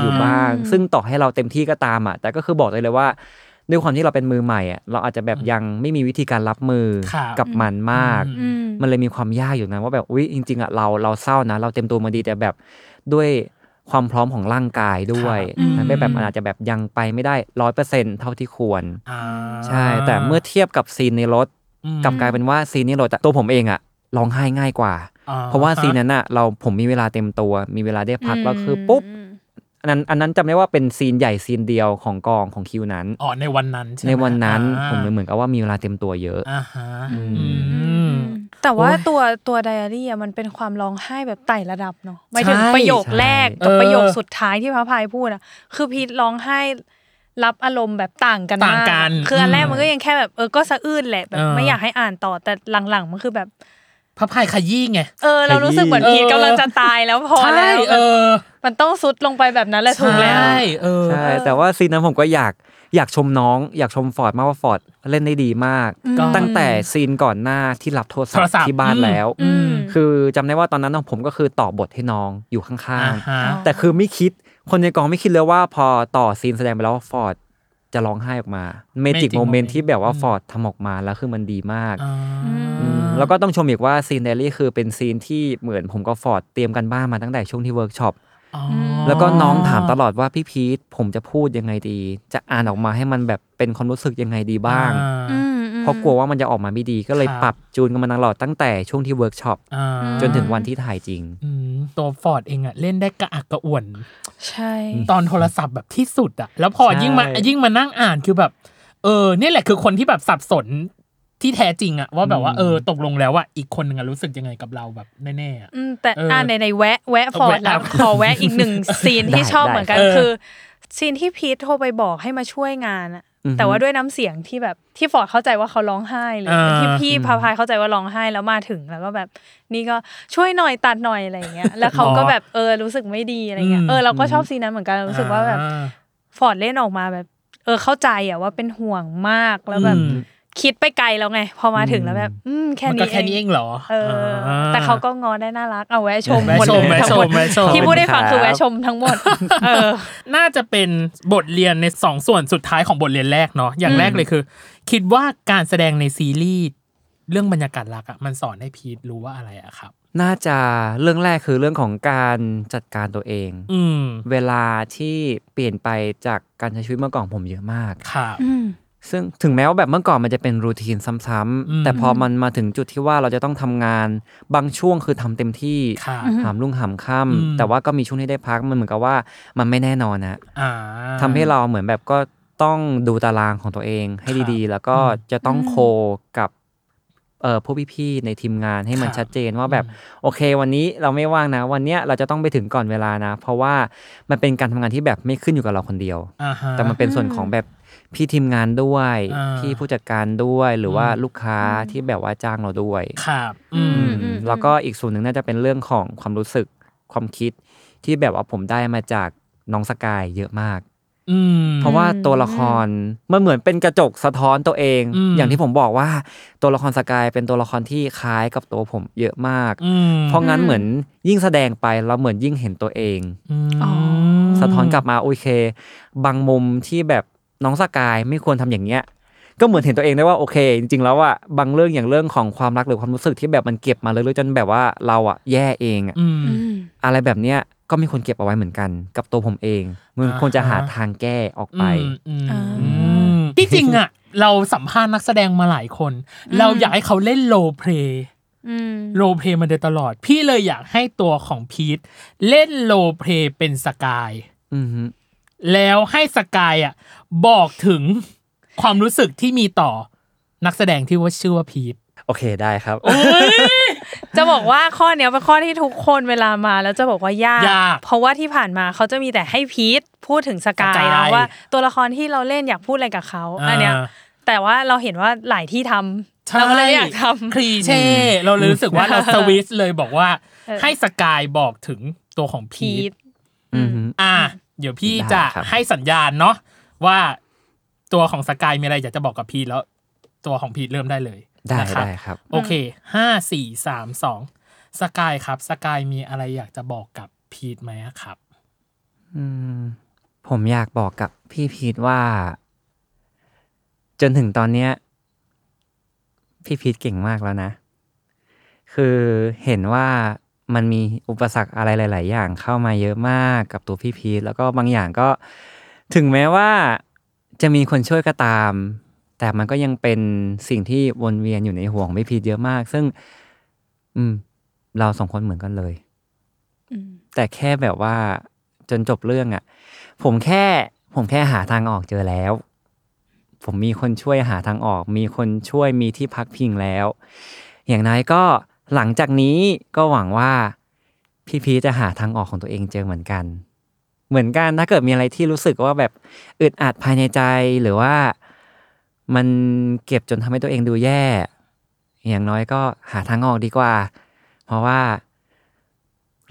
อยู่บ้าง ซึ่งต่อให้เราเต็มที่ก็ตามอ่ะแต่ก็คือบอกได้เลยว่า ด้วยความที่เราเป็นมือใหม่อ่ะเราอาจจะแบบยังไม่มีวิธีการรับมือ ครับ กับมันมาก อืม มันเลยมีความยากอยู่นะว่าแบบอุ๊ยจริงๆอ่ะเราเราเศร้านะ เราเต็มตัวมาดีแต่แบบด้วยความพร้อมของร่างกายด้วย อืม ทำให้แบบมันอาจจะแบบยังไปไม่ได้ร้อยเปอร์เซ็นเท่าที่ควร อ่า ใช่ แต่เมื่อเทียบกับซีนในรถ อืม กลับกลายเป็นว่าซีนในรถอะตัวผมเองอ่ะร้องไห้ง่ายกว่า อ่ เพราะว่าซีนนั้นอ่ะเราผมมีเวลาเต็มตัว มีเวลาได้พักแล้วคือปุ๊บอันนั้นอันนั้นจำได้ว่าเป็นซีนใหญ่ซีนเดียวของกองของคิวนั้น อ๋อในวันนั้นช่ไหม ในวันนั้น อ่า ผมเลยเหมือนกับว่ามีเวลาเต็มตัวเยอะ อ่าฮะ อืม อืม แต่ว่า โอ้ย ตัวตัวไดอารี่อะมันเป็นความร้องไห้แบบไต่ระดับเนาะหมายถึง ใช่ ประโยคแรกกับ เออ ประโยคสุดท้ายที่พระพายพูดอะคือพีทร้องไห้รับอารมณ์แบบต่างกัน ต่าง ม กัน คืออันแรก อืม มันก็ยังแค่แบบเออก็สะอื้นแหละแบบ เออ ไม่อยากให้อ่านต่อแต่หลังๆมันคือแบบ พระพายขยี้ไง เออ เรารู้สึกเหมือน เออ พีทกำลังจะตายแล้วพอ ใช่ แล้ว เออ มันต้องซุดลงไปแบบนั้นแหละถูกแล้ว ใช่เออ ใช่แต่ว่าซีนนั้นผมก็อยากอยากชมน้อง อยากชมฟอร์ดมากว่าฟอร์ดเล่นได้ดีมาก ก็ ตั้งแต่ซีนก่อนหน้าที่รับโทรศัพ โทร ท์ ศัพท์ ที่บ้านแล้ว อืม คือจำได้ว่าตอนนั้นของผมก็คือต่อบทให้น้องอยู่ข้าง อ่าฮะ ๆ แต่คือไม่คิดคนในกองไม่คิดเลยว่าพอต่อซีนแสดงไปแล้วว่าฟอร์ดจะร้องไห้ออกมาเมจิ Magic กโมเมน moment ต์ที่แบบว่า อืม ฟอร์ดทำออกมาแล้วคือมันดีมาก อ่า อืมแล้วก็ต้องชมอีกว่าซีนเดลี่คือเป็นซีนที่เหมือนผมกับฟอร์ดเตรียมกันบ้านมาตั้งแต่ช่วงที่เวิร์กช็อป อ๋อ แล้วก็น้องถามตลอดว่าพี่พีทผมจะพูดยังไงดี จะอ่านออกมาให้มันแบบเป็นความรู้สึกยังไงดีบ้าง อ่า เพราะกลัวว่ามันจะออกมาไม่ดีก็เลย ครับ ปรับจูนกันมาตลอดตั้งแต่ช่วงที่เวิร์กช็อป อ่า จนถึงวันที่ถ่ายจริง อืมตัวฟอร์ดเองอะเล่นได้กระอักกระอ่วน ใช่ ตอนโทรศัพท์แบบที่สุดอะแล้วพอ ใช่ ยิ่งมายิ่งมานั่งอ่านคือแบบ เออเนี่ยแหละคือคนที่แบบสับสนที่แท้จริงอะว่าแบบว่าเออตกลงแล้วว่าอีกคนหนึ่งอะรู้สึกยังไงกับเราแบบแน่ๆอะ อืมแต่ เอออ่ อ่าในในๆแวะแวะฟอร์ด แวะ แล้ว อ่ะ ขอแวะอีกหนึ่ ง ซีนที่ ได้ ชอบ ได้ เหมือนกัน เออ คือ ซีนที่พีทโทรไปบอกให้มาช่วยงานอะ อือฮึ แต่ว่าด้วยน้ำเสียงที่แบบที่ฟอร์ดเข้าใจว่าเขาร้องไห้หรือที่พี่พาพายเข้าใจว่าร้องไห้แล้วมาถึงแล้วก็แบบ นี่ก็ช่วยหน่อยตัดหน่อยอะไรอย่างเงี้ยแล้วเขาก็แบบเออรู้สึกไม่ดีอะไรเงี้ยเออเราก็ชอบซีนนั้นเหมือนกันเรารู้สึกว่าแบบ อ่ ฟอร์ดเล่นออกมาแบบ เออเข้าใจอะว่าเป็นห่วงมากแล้วแบบ อืม คิดไปไกลแล้วไง พอมาถึงแล้วแบบ อืมแค่ มันก็ นี้ แค่นี้ เอง เองเหรอ เออ อ่ แต่เขาก็งอได้น่ารักเอาแวะชม แวะ หมด ช เล ม ย แวะ ทั้ ช งหม ม ด แวะชม ที่พูดให้ฟังคือ ครับ แวะชมทั้งหมด เออ น่าจะเป็นบทเรียนในสองส่วนสุดท้ายของบทเรียนแรกเนาะอย่างแรกเลยคือ คิดว่าการแสดงในซีรีส์เรื่องบรรยากาศรักอะมันสอนให้พีทรู้ว่าอะไรอะครับ น่าจะเรื่องแรกคือเรื่องของการจัดการตัวเอง อืม เวลาที่เปลี่ยนไปจากการใช้ชีวิตเมื่อก่อนผมเยอะมาก ครับ ซึ่งถึงแม้ว่าแบบเมื่อก่อนมันจะเป็นรูทีนซ้ำ อืม ๆแต่พอมันมาถึงจุดที่ว่าเราจะต้องทำงานบางช่วงคือทำเต็มที่ ค่ะ หามรุ่งหามค่ อืม ำแต่ว่าก็มีช่วงที่ได้พักมันเหมือนกับว่ามันไม่แน่นอนนะ อ่า ทำให้เราเหมือนแบบก็ต้องดูตารางของตัวเองให้ ครับ ดีๆ แล้วก็ อื จะต้อง อืม โคกับเอ่อผู้พี่ๆในทีมงานให้มัคนรับ ชัดเจนว่าแบบ อืม โอเค วันนี้เราไม่ว่างนะ วันเนี้ยเราจะต้องไปถึงก่อนเวลานะ เพราะว่ามันเป็นการทำงานที่แบบไม่ขึ้นอยู่กับเราคนเดียว อ่าฮะ แต่มันเป็นส่วนของแบบพี่ทีมงานด้วย อ่า พี่ผู้จัดการด้วยหรือว่า อืม ลูกค้าที่แบบว่าจ้างเราด้วย ครับอืม อืม แล้วก็อีกส่วนหนึ่งน่าจะเป็นเรื่องของความรู้สึกความคิดที่แบบว่าผมได้มาจากน้องสกายเยอะมาก อืม เพราะว่าตัวละครมันเหมือนเป็นกระจกสะท้อนตัวเอง อืม อย่างที่ผมบอกว่าตัวละครสกายเป็นตัวละครที่คล้ายกับตัวผมเยอะมาก อืม เพราะงั้นเหมือนยิ่งแสดงไปเราเหมือนยิ่งเห็นตัวเอง ม อ๋อ สะท้อนกลับมาโอเค บางมุมที่แบบน้องสกายไม่ควรทำอย่างเงี้ย ก็เหมือนเห็นตัวเองได้ว่าโอเค จริงๆแล้วอะบางเรื่องอย่างเรื่องของความรักหรือความรู้สึกที่แบบมันเก็บมาเรื่อยๆจนแบบว่าเราอะแย่เองอะ อืม อะไรแบบเนี้ยก็มีคนเก็บเอาไว้เหมือนกัน กับตัวผมเองมัน อ่า ควรจะหาทางแก้ออกไป อืม อ่า อืมที่จริงอ่ะ เราสัมภาษณ์นักแสดงมาหลายคน เราอยากให้เขาเล่นโลเพล อืม โลเพลมาโดยตลอด พี่เลยอยากให้ตัวของพีทเล่นโลเพลเป็นสกาย อือฮึ แล้วให้สกายอ่ะบอกถึงความรู้สึกที่มีต่อนักแสดงที่ว่าชื่อว่าพีท โอเคได้ครับ จะบอกว่าข้อเนี้ยเป็นข้อที่ทุกคนเวลามาแล้วจะบอกว่ายาก ยาก เพราะว่าที่ผ่านมาเขาจะมีแต่ให้พีทพูดถึงสกา ส ย กาย แล้วว่าตัวละครที่เราเล่นอยากพูดอะไรกับเขา อ่า อันเนี้ยแต่ว่าเราเห็นว่าหลายที่ทำเราก็เลยไม่อยากทำ คลีเช่เราเลยรู้สึกว่าเราสวิสเลยบอกว่า เออ ให้สกายบอกถึงตัวของพี พี ท ท อือฮึ อ่ะเดี๋ยวพี่จะ ได้ครับ ให้สัญญาณเนาะว่าตัวของสกายมีอะไรอยากจะบอกกับพีทแล้ว ตัวของพีทเริ่มได้เลย ได้ นะครั ได้ครับ โอเคห้าสี่สามสองสกายครับสกายมีอะไรอยากจะบอกกับพีทไหมอะครับ อืมผมอยากบอกกับพี่พีทว่า จนถึงตอนเนี้ย พี่พีทเก่งมากแล้วนะ คือเห็นว่ามันมีอุปสรรคอะไรหลาย ๆ อย่างเข้ามาเยอะมากกับตัวพี่พีทแล้วก็บางอย่างก็ ถึงแม้ว่าจะมีคนช่วยก็ตาม แต่มันก็ยังเป็นสิ่งที่วนเวียนอยู่ในห่วงพี่พีทเยอะมาก ซึ่ง อืม เราสองคนเหมือนกันเลย แต่แค่แบบว่าจนจบเรื่องอะ่ะ ผมแค่ ผมแค่หาทางออกเจอแล้ว ผมมีคนช่วยหาทางออก มีคนช่วยมีที่พักพิงแล้ว อย่างน้อยก็หลังจากนี้ก็หวังว่าพี่พีชจะหาทางออกของตัวเองเจอเหมือนกัน เหมือนกันถ้าเกิดมีอะไรที่รู้สึกว่าแบบอึดอัดภายในใจหรือว่ามันเก็บจนทำให้ตัวเองดูแย่ อย่างน้อยก็หาทางออกดีกว่า เพราะว่า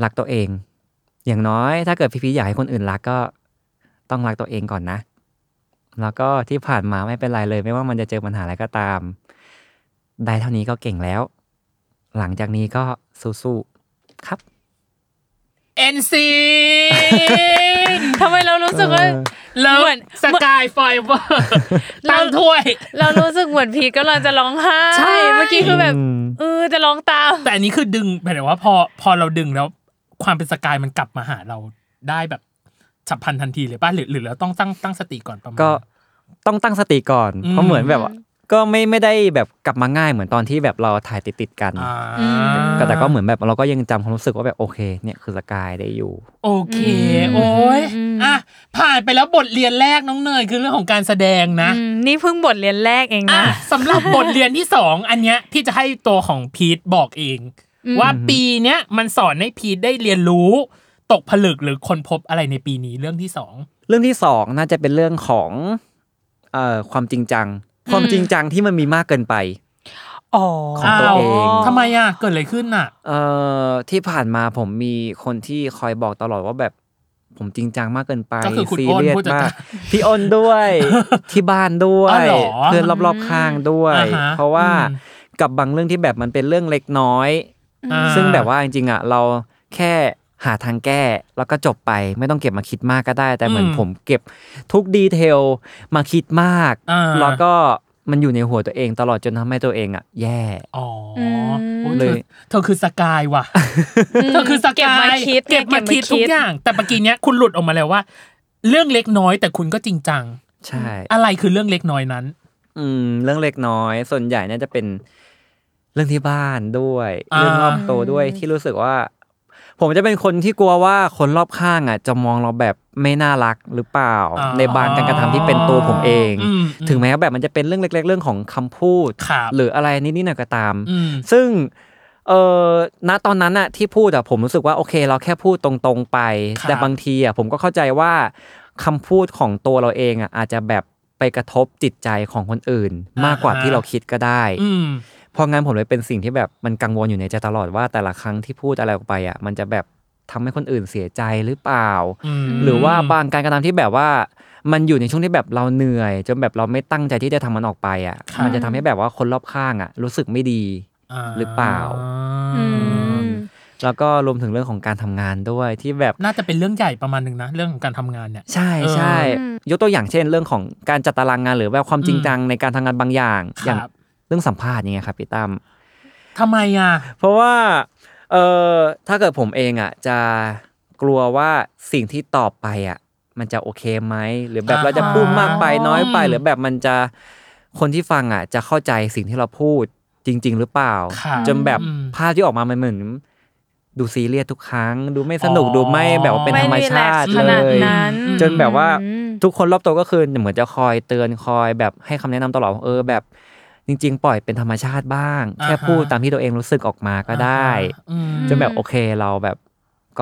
รักตัวเอง อย่างน้อยถ้าเกิดพี่พีอยากให้คนอื่นรักก็ต้องรักตัวเองก่อนนะ แล้วก็ที่ผ่านมาไม่เป็นไรเลย ไม่ว่ามันจะเจอปัญหาอะไรก็ตาม ได้เท่านี้ก็เก่งแล้ว หลังจากนี้ก็สู้ๆครับ เอ็นซี ทำไมเรารู้สึกว่า เลิฟ เหมือน สกายไฟเวอร์ตั้งถ้วย เรารู้สึกเหมือนพีทกำลังจะร้องไห้ ใช่ เมื่อกี้คือแบบเออจะร้องตาม แต่อันนี้คือดึงหมายถึงว่าพอพอเราดึงแล้ว ความเป็นสกายมันกลับมาหาเราได้แบบฉับพลันทันทีเลยป่ะหรือหรือเราต้องตั้งตั้งสติก่อนประมาณ ก็ต้องตั้งสติก่อน อืม เพราะเหมือนแบบว่าก็ไม่ไม่ได้แบบกลับมาง่ายเหมือนตอนที่แบบเราถ่ายติดติดๆกัน อ่า อืม ก็แต่ก็เหมือนแบบเราก็ยังจำความรู้สึกว่าแบบโอเค เนี่ยคือสกายได้อยู่ โอเค อืม โอ้ย อืม อ่ะ ผ่านไปแล้วบทเรียนแรกน้องเนยคือเรื่องของการแสดงนะ อืมนี่เพิ่งบทเรียนแรกเอง อ่ะ นะ สำหรับบทเรียนที่สองอันเนี้ยพี่จะให้ตัวของพีทบอกเอง อืม ว่าปีเนี้ยมันสอนให้พีทได้เรียนรู้ ตกผลึกหรือคนพบอะไรในปีนี้เรื่องที่สอง เรื่องที่สองน่าจะเป็นเรื่องของเอ่อความจริงจัง ความจริงจังที่มันมีมากเกินไป อ๋อ ของตัวเอง ทำไมอ่ะ เกิดอะไรขึ้นอ่ะ เอ่อที่ผ่านมาผมมีคนที่คอยบอกตลอดว่าแบบผมจริงจังมากเกินไป ก็คือคุณ ซี อ้น เรียส ผู้จัด มาก การ พี่อ้นด้วย ที่บ้านด้ว อ๋อย เหรอ เพื่อนรอบๆข้างด้วย อ่าฮะ เพราะว่า อืม กับบางเรื่องที่แบบมันเป็นเรื่องเล็กน้อย อ่า ซึ่งแบบว่าจริงๆอ่ะเราแค่หาทางแก้แล้วก็จบไปไม่ต้องเก็บมาคิดมากก็ได้ แต่เหมือนผมเก็บทุกดีเทลมาคิดมาก อ่า แล้วก็มันอยู่ในหัวตัวเองตลอดจนทำให้ตัวเองอ่ะ แย่ อ๋ออ ม โอ้ยเธเลอย เธอคือสกายว่ะ ม เธอคือส เก็บ กาย มาคิด เก็บมาคิดทุกอย่าง แต่เมื่อกี้เนี้ยคุณหลุดออกมาแล้วว่า เรื่องเล็กน้อยแต่คุณก็จริงจัง ใช่ อะไรคือเรื่องเล็กน้อยนั้น อืม เรื่องเล็กน้อย ส่วนใหญ่เนี่ยจะเป็นเรื่องที่บ้านด้วย อ่า เรื่องรอบตัวด้วยที่รู้สึกว่า ผมจะเป็นคนที่กลัวว่าคนรอบข้างอ่ะ จะมองเราแบบไม่น่ารักหรือเปล่า ในบางการกระทำที่เป็นตัวผมเอง ม ถึงแม้แบบมันจะเป็นเรื่องเล็ก ๆ เรื่องของคำพูด ครับ หรืออะไรนิดๆหน่อยๆก็ตาม อืม ซึ่งเออณตอนนั้นอะที่พูดอะผมรู้สึกว่าโอเค เราแค่พูดตรงๆไป ครับ แต่บางทีอะผมก็เข้าใจว่าคำพูดของตัวเราเองอะอาจจะแบบไปกระทบจิตใจของคนอื่น มากกว่าที่เราคิดก็ได้ อืม เพราะงั้นผมเลยเป็นสิ่งที่แบบมันกังวลอยู่ในใจตลอดว่าแต่ละครั้งที่พูดอะไรออกไปอะมันจะแบบทำให้คนอื่นเสียใจหรือเปล่า ม หรือว่าบางการกระทำที่แบบว่า มันอยู่ในช่วงที่แบบเราเหนื่อย จนแบบเราไม่ตั้งใจที่จะทำมันออกไปอ่ะ ครับ มันจะทำให้แบบว่าคนรอบข้างอ่ะ รู้สึกไม่ดี หรือเปล่า อืม แล้วก็รวมถึงเรื่องของการทำงานด้วยที่แบบ น่าจะเป็นเรื่องใหญ่ประมาณหนึ่งนะ เรื่องของการทำงานเนี่ย ใช่ เออ ใช่ยกตัวอย่างเช่น เรื่องของการจัดตารางงานหรือแบบความจริงจังในการทำงานบางอย่าง ครับ อย่างเรื่องสัมภาษณ์อย่างเงี้ยครับพี่ตั้ม ทำไมอ่ะ เพราะว่าเออถ้าเกิดผมเองอ่ะจะกลัวว่าสิ่งที่ตอบไปอ่ะมันจะโอเคไหมหรือแบบ อ่า เราจะพูดมากไปน้อยไป อืม หรือแบบมันจะคนที่ฟังอ่ะ จะเข้าใจสิ่งที่เราพูดจริง ๆ หรือเปล่า ครับ จนแบบ อืม ภาพที่ออกมามันเหมือน ดูซีเรียสทุกครั้ง ดูไม่สนุก อ๋อ ดูไม่แบบว่าเป็นธรรมชาติ ไม่ relax ข เล นาด ย นั้น จนแบบว่า อืม ทุกคนรอบตัวก็คือเหมือนจะคอยเตือนคอยแบบให้คำแนะนำตลอดว่าเออแบบ จริง ๆ ปล่อยเป็นธรรมชาติบ้าง แค่ อ่าฮะ พูดตามที่ตัวเองรู้สึกออกมาก็ได้ อืม จนแบบโอเคเราแบบ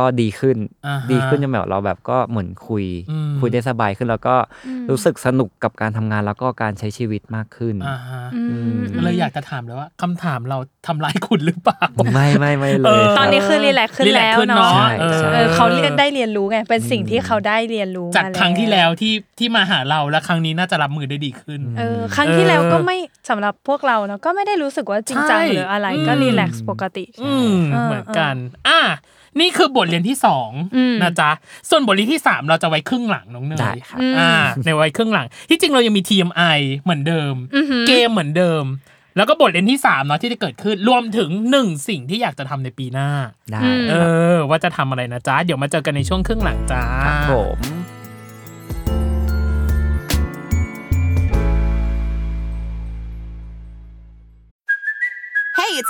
ก็ดีขึ้น อ่าฮะ ดีขึ้นจนแบบเราแบบก็เหมือนคุย อืม คุยได้สบายขึ้นแล้วก็รู้สึกสนุกกับการทำงานแล้วก็การใช้ชีวิตมากขึ้น อ่าฮะ อืม ก็เลยอยากจะถามเลยว่าคำถามเราทำร้ายคุณหรือเปล่า ไม่ไม่ไม่เลย เออ ตอนนี้คือรีแลกซ์ขึ้นแล้วเนาะ ใช่ใช่ เออเขาเรียนได้เรียนรู้ไง เป็นสิ่งที่เขาได้เรียนรู้ม จากครั้งที่แล้วที่ที่มาหาเราและครั้งนี้น่าจะรับมือได้ดีขึ้น เออครั้งที่แล้วก็ไม่สำหรับพวกเราเนาะก็ไม่ได้รู้สึกว่าจริงจัง ใช่ หรืออะไรก็ อืม รีแลกซ์ปกติ อืม เออ เหมือนกัน อ่ะนี่คือบทเรียนที่สอง อืม นะจ๊ะ ส่วนบทเรียนที่สามเราจะไว้ครึ่งหลังน้องเน ได้ ย ครับ อ่าในวัยครึ่งหลัง ที่จริงเรายังมี TMI เหมือนเดิม เกมเหมือนเดิม แล้วก็บทเรียนที่3เนาะที่จะเกิดขึ้นรวมถึงหนึ่งสิ่งที่อยากจะทำในปีหน้า ได้ อืม เออ ว่าจะทำอะไรนะจ๊ะ เดี๋ยวมาเจอกันในช่วงครึ่งหลังจ้า ครับผม Hey, it's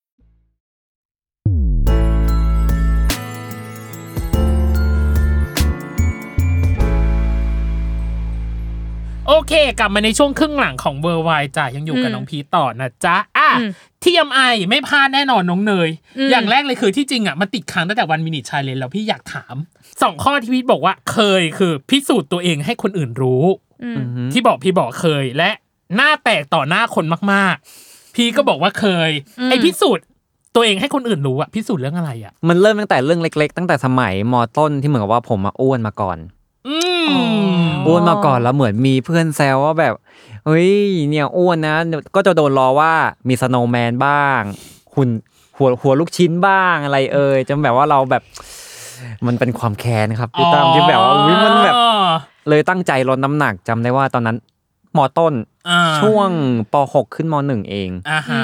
โอเค กลับมาในช่วงครึ่งหลังของเวอร์ไวจ้ะยังอยู่กับน้องพีทต่อนะจ๊ะอ่ะ TMI ไม่พลาดแน่นอนน้องเนย อย่างแรกเลยคือที่จริงอ่ะมันติดค้างตั้งแต่วันมินิชาเลนแล้วพี่อยากถามสองข้อที่พีทบอกว่าเคยคือพิสูจน์ตัวเองให้คนอื่นรู้ ที่บอกพี่บอกเคยและหน้าแตกต่อหน้าคนมากๆ พี่ก็บอกว่าเคย ไอพิสูจน์ตัวเองให้คนอื่นรู้อะพิสูจน์เรื่องอะไรอะ มันเริ่มตั้งแต่เรื่องเล็ก ๆ ตั้งแต่สมัยมต้นที่เหมือนกับว่าผมมาอ้วนมาก่อน อืม อ้วนมาก่อนแล้วเหมือนมีเพื่อนแซวว่าแบบเฮ้ยเนี่ยอ้วนนะเดี๋ยวก็จะโดนล้อว่ามีสโนว์แมนบ้าง หุ่นหัวหัวลูกชิ้นบ้างอะไรเอ่ยจนแบบว่าเราแบบ มันเป็นความแค้นครับพี่ตั้มที่แบบว่าอุ๊ยมันแบบเลยตั้งใจลดน้ำหนักจำได้ว่าตอนนั้นมต้น อ่า ช่วงป .6 ขึ้นม .1 เอง อ่าฮะ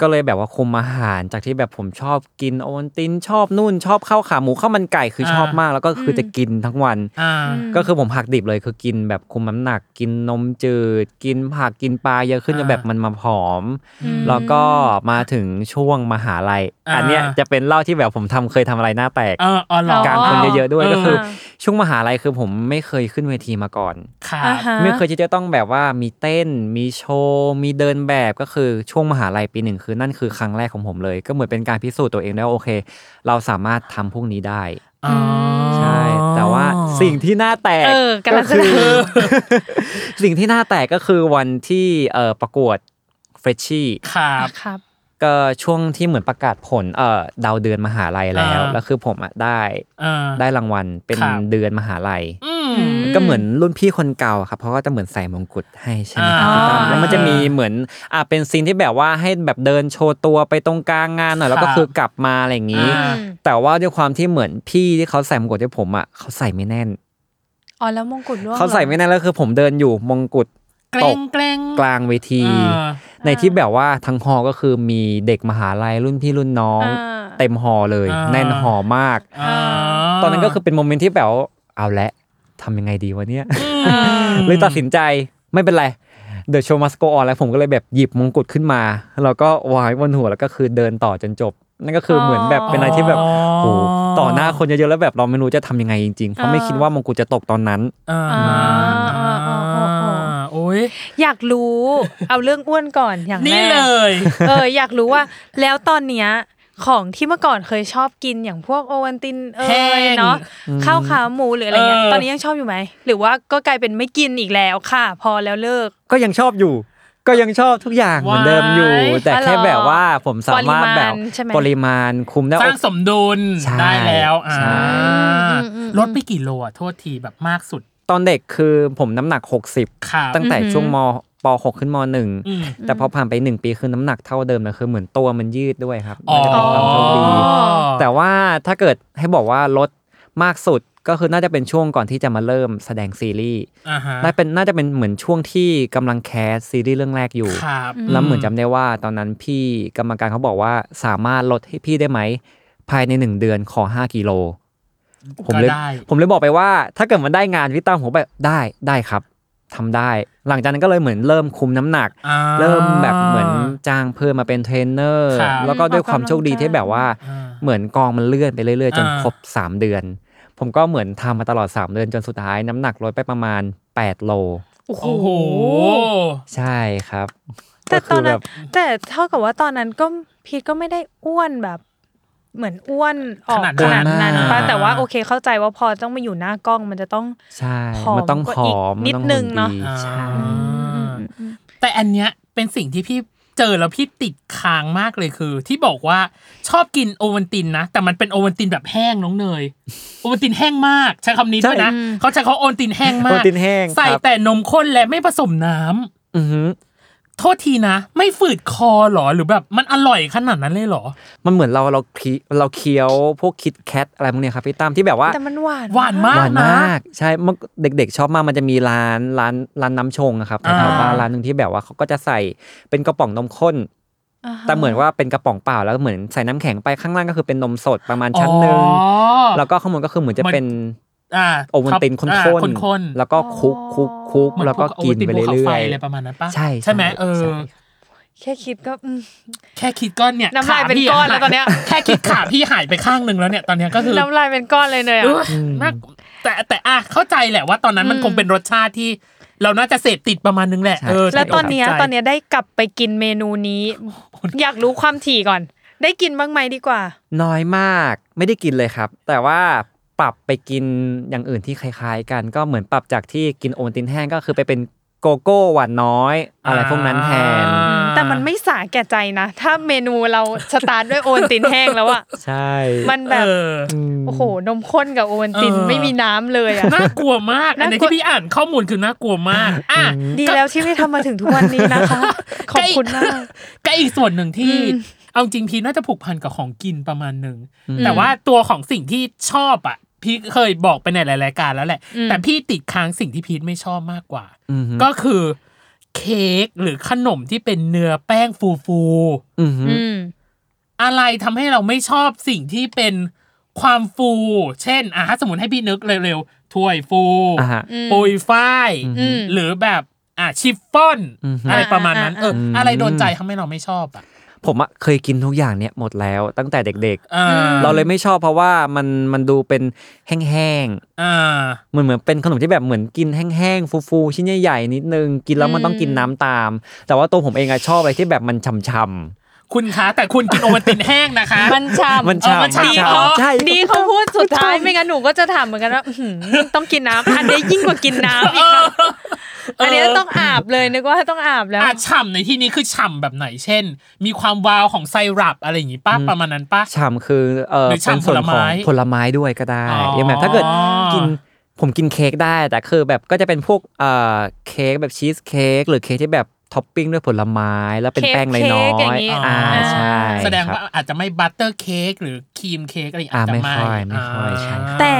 ก็เลยแบบว่าคุมอาหารจากที่แบบผมชอบกินโอวัลตินชอบนู่นชอบข้าวขาหมูข้าวมันไก่คือชอบ อ่าม มาก แล้วก็คือจะกินทั้งวัน อ่า ก็คือผมหักดิบเลยคือกินแบบคุมน้ำหนัก กินนมจืด กินผักกินปลาเยอะขึ้นจน อ่า แบบมันมาผอม แล้วก็มาถึงช่วงมหาลัย อ่า อันเนี้ยจะเป็นเล่าที่แบบผมทำเคยทำอะไรหน้าแตก เอออ๋อเหรอก ลางคนเยอะๆด้วยก็คือ เออ ช่วงมหาลัยคือผมไม่เคยขึ้นเวทีมาก่อน ค่ะ อ่าฮะ ไม่เคยที่จะต้องแบบว่ามีเต้น มีโชว์มีเดินแบบก็คือช่วงมหาลัยปีหนึ่งคือนั่นคือครั้งแรกของผมเลย ก็เหมือนเป็นการพิสูจน์ตัวเองได้ว่าโอเค เราสามารถทำพวกนี้ได้ อ๋อ ใช่ แต่ว่าสิ่งที่น่าแตก เออกำลั ก็ งจะ คือ สิ่งที่น่าแตกก็คือวันที่เอ่อประกวดเฟรชชี่ ครับ ครับ ก็ช่วงที่เหมือนประกาศผลเอ่อดาวเดือนมหาลัยแล้ว อ่า แล้วคือผมอะได้ อ่า ได้รางวัลเป็น ครับ เดือนมหาลัย อืม ก็เหมือนรุ่นพี่คนเก่าอะครับเพราะก็จะเหมือนใส่มงกุฎให้ใช่ไหมครับ อ่า พี่ตั้มแล้วมันจะมีเหมือนอ่าเป็นซีนที่แบบว่าให้แบบเดินโชว์ตัวไปตรงกลางงานหน่อยแล้วก็ ครับ คือกลับมาอะไรอย่างนี้ อ่า แต่ว่าด้วยความที่เหมือนพี่ที่เขาใส่มงกุฎให้ผมอ่ะเขาใส่ไม่แน่น อ๋อแล้วมงกุฎร่วง เขาใส่ไม่แน่นแล้วคือผมเดินอยู่มงกุฎ เกร ต ง ก เกรง กลางเวที อ่า ในที่แบบว่าทั้งหอก็คือมีเด็กมหาลัยรุ่นพี่รุ่นน้อง อ่า เต็มหอเลย อ่า แน่นหอมาก อ่า ตอนนั้นก็คือเป็นโมเมนต์ที่แบบว่าเอาละทำยังไงดีวะเนี่ย อืม เลยตัดสินใจไม่เป็นไรเด e s โชว์มัสโกออนแล้วผมก็เลยแบบหยิบมงกุฎขึ้นมา แล้วก็วางไว้บนหัวแล้วก็คือเดินต่อจนจบ นั่นก็คือเหมือนแบบเป็นอะไรที่แบบ อ๋อ โหต่อหน้าคนเยอะๆแล้วแบบเราไม่รู้จะทำยังไงจริงๆเพราะไม่คิดว่ามงกุฎจะตกตอนนั้น อ่า อ่าอ่าอ่าอ่าอ่า โอ้ย อยากรู้ เอาเรื่องอ้วนก่อนอย่างแรก นี่เลย เอออยากรู้ว่าแล้วตอนเนี้ยของที่เมื่อก่อนเคยชอบกินอย่างพวกโอวันตินเอ่ แห้ ย ง เนาะข้าวขาหมูหรืออะไรเงี้ย เออ ตอนนี้ยังชอบอยู่ไหม หรือว่าก็กลายเป็นไม่กินอีกแล้วค่ะ พอแล้วเลิก ก็ยังชอบอยู่ ก็ยังชอบทุกอย่างเหมือนเดิมอยู่ ว้าย แต่แค่แบบว่าผมสามารถแบบ ปริมาณใช่ไหม ปริมาณคุมได้ สร้างสมดุล ใช่ ได้แล้วอ่า ใช่ ลดไปกี่โลอ่ะ โทษทีแบบมากสุด ตอนเด็กคือผมน้ำหนัก 60 ครับ ตั้งแต่ช่วงมป .6 ขึ้นม อืม .1 แต่พอผ่านไปหนึ่งปีคือน้ำหนักเท่าเดิมเลยคือเหมือนตัวมันยืดด้วยครับ อ๋อ น่าจะเป็นความโชคดี แต่ว่าถ้าเกิดให้บอกว่าลดมากสุดก็คือน่าจะเป็นช่วงก่อนที่จะมาเริ่มแสดงซีรีส์ อ่าฮะ น่าเป็นน่าจะเป็นเหมือนช่วงที่กำลังแคสซีรีส์เรื่องแรกอยู่ ครับ แล้วเหมือนจำได้ว่าตอนนั้นพี่กรรมการเขาบอกว่าสามารถลดให้พี่ได้ไหม ภายในหนึ่งเดือนขอ 5กิโล ผม ก็ เลย ได้ ผมเลยบอกไปว่า ถ้าเกิดมันได้งานพี่ตั้มผมแบบได้ได้ครับทำได้ หลังจากนั้นก็เลยเหมือนเริ่มคุมน้ำหนัก อ่า เริ่มแบบเหมือนจ้างเพิ่มมาเป็นเทรนเนอร์ ครับ แล้วก็ด้วยความโชคดีที่แบบว่า อ่า เหมือนกองมันเลื่อนไปเรื่อยๆ จน อ่า ครบ 3 เดือน ผมก็เหมือนทำมาตลอด 3 เดือนจนสุดท้ายน้ำหนักลดไปประมาณ 8 โล โอ้โห ใช่ครับ แต่ตอน ก็คื นั้นแบบ แต่เท่ากับว่าตอนนั้นก็พีทก็ไม่ได้อ้วนแบบ เหมือนอ้วนออก ขนาดนั้น ขนาดนั้นปะ อ่า แต่ว่าโอเคเข้าใจว่าพอต้องมาอยู่หน้ากล้องมันจะต้อง ใช่ ผอม มันต้อง ก ผ ว่าอีก อมมั นิด ต้อง นึ หุ่ ง น เนอะ ดี อ่า ใช่ แต่อันเนี้ยเป็นสิ่งที่พี่เจอแล้วพี่ติดค้างมากเลยคือ ที่บอกว่าชอบกินโอวัลตินนะ แต่มันเป็นโอวัลตินแบบแห้งน้องเนยโอวัลตินแห้งมาก ใช้คำนี้ด้วยนะเขาใช้เขาโอวัลตินแห้งมาก โอวัลตินแห้ง ใส่ ครับ แต่นมข้นและไม่ผสมน้ำ อือหือ โทษทีนะ ไม่ฝืดคอเหรอหรือแบบมันอร่อยขนาดนั้นเลยเหรอ มันเหมือนเราเราคีเราเคี้ยวพวกคิดแคทอะไรพวกเนี้ยครับพี่ตั้มที่แบบว่า แต่มันหวาน หวานมาก หวานมาก ใช่เมื่อเด็กๆ ชอบมากมันจะมีร้านร้านร้านน้ำชงอะครับ อ่า แถวๆบ้านร้านหนึ่งที่แบบว่าเขาก็จะใส่เป็นกระป๋องนมข้น อ่าฮะ แต่เหมือนว่าเป็นกระป๋องเปล่าแล้วเหมือนใส่น้ำแข็งไปข้างล่างก็คือเป็นนมสดประมาณชั้นหนึ่ง อ๋อ แล้วก็ข้างบนก็คือเหมือนจะ มัน เป็น อ่า โอวัลตินข้ อ่าน ข้น ๆแล้วก็คลุกคลุกคลุก ๆเหมือน แล้วก็ พ กินไปเรื่ โอวัลตินภูขาฟ อย อะไรประมาณนั้นปะ ใช่ ใช่ไหมเออ ใช่ แค่คิดก็อืม แค่คิดก้อนเนี่ย น้ำลาย ข เป็น พี่ ก้อน หา แล้วตอนเนี้ย แค่คิด ขาพี่หายไปข้างหนึ่งแล้วเนี่ยตอนเนี้ยก็คือ น้ำลายเป็นก้อนเลยเนย เอ อะ อน่าแต่แต่อ่ะเข้าใจแหละว่าตอนนั้นมันคงเป็นรสชาติที่ เราน่าจะเสพติดประมาณนึงแหละเออ แล้วตอนเนี้ย ใจ ตอนเนี้ยได้กลับไปกินเมนูนี้ อยากรู้ความถี่ก่อน ได้กินบ้างไหมดีกว่า น้อยมากไม่ได้กินเลยครับ แต่ว่าปรับไปกินอย่างอื่นที่คล้ายๆ กัน ก็เหมือนปรับจากที่กินโอวัลตินแห้งก็คือไปเป็นโกโก้หวานน้อย อะไรพวกนั้นแทน อ่า แต่มันไม่สาแก่ใจนะ ถ้าเมนูเราสตาร์ทด้วยโอวัลตินแห้งแล้วอะ ใช่ มันแบบ เออ โอ้โหนมข้นกับโอวัลติน เออ ไม่มีน้ำเลยอะ น่ากลัวมากอันนี้ น่ากลัว ที่พี่อ่านข้อมูลคือน่ากลัวมากอ่ะ ดีแล้วที่ไม่ทำมาถึงทุกวันนี้นะคะ ขอบคุณมาก ก็อีกส่วนหนึ่งที่ เอาจริงพีน่าจะผูกพันกับของกินประมาณหนึ่ง อืม แต่ว่าตัวของสิ่งที่ชอบอ่ะ พีเคยบอกไปในหลายรายการแล้วแหละ อืม แต่พี่ติดค้างสิ่งที่พีไม่ชอบมากกว่า อือหือ ก็คือเค้กหรือขนมที่เป็นเนื้อแป้งฟูฟู อือหือ อืม ๆอะไรทำให้เราไม่ชอบสิ่งที่เป็นความฟู เช่นอ่ะถ้าสมมติให้พี่นึกเร็วๆถ้วยฟู อ่ะฮะ ปุยฝ้าย อืม หรือแบบอ่ะชิฟฟ่อน อือหืออ อะไรประมาณนั้นเอออ ม อะไรโดนใจทำให้เราไม่ชอบอ่ะ ผมอะเคยกินทุกอย่างเนี่ยหมดแล้วตั้งแต่เด็ก อ่า ๆ เราเลยไม่ชอบเพราะว่ามันมันดูเป็นแห้ง อ่า ๆเหมือนเหมือนเป็นขนมที่แบบเหมือนกินแห้งๆฟูๆชิ้นใหญ่ๆนิดนึงกินแล้วมันต้องกินน้ำตาม แต่ว่าตัวผมเองอะชอบอะไรที่แบบมันช่ำๆ คุณคะแต่คุณกินโอวัลตินแห้งนะคะ มันช้ำ มัน เออ ฉ่ำ มันฉ่ำ มันฉ่ำใช่ ดีเขาพูดสุดท้ายไม่งั้นหนูก็จะถามเหมือนกันว่าอื้อหือต้องกินน้ำอันนี้ยิ่งกว่ากินน้ำอีกค่ะอันนี้ต้องอาบเลยนึกว่าต้องอาบแล้ว อ่ะฉ่ำในที่นี้คือฉ่ำแบบไหนเช่น มีความวาวของไซรัปอะไรอย่างงี้ป้าประมาณนั้นป้า ฉ่ำคือเออ หรือ เป็น ฉ่ำผ ส่ว ล น ไม้ ของผลไม้ด้วยก็ได้ อ๋ออ อย่างแบบถ้าเกิดกินผมกินเค้กได้แต่คือแบบก็จะเป็นพวกเอ่อเค้กแบบชีสเค้กหรือเค้กที่แบบท็อปปิ้งด้วยผลไม้แล้วเป็น เค้ก แป้งน้อย เค้ก ๆ อย่างงี้ อ่า อ่า ใช่ แสดงว่า ครับ อาจจะไม่บัตเตอร์เค้กหรือครีมเค้กอะไรอย่างงี้ อ่า อาจจะ ไม่ค่อยไม่ค่อย า ใช่ แต่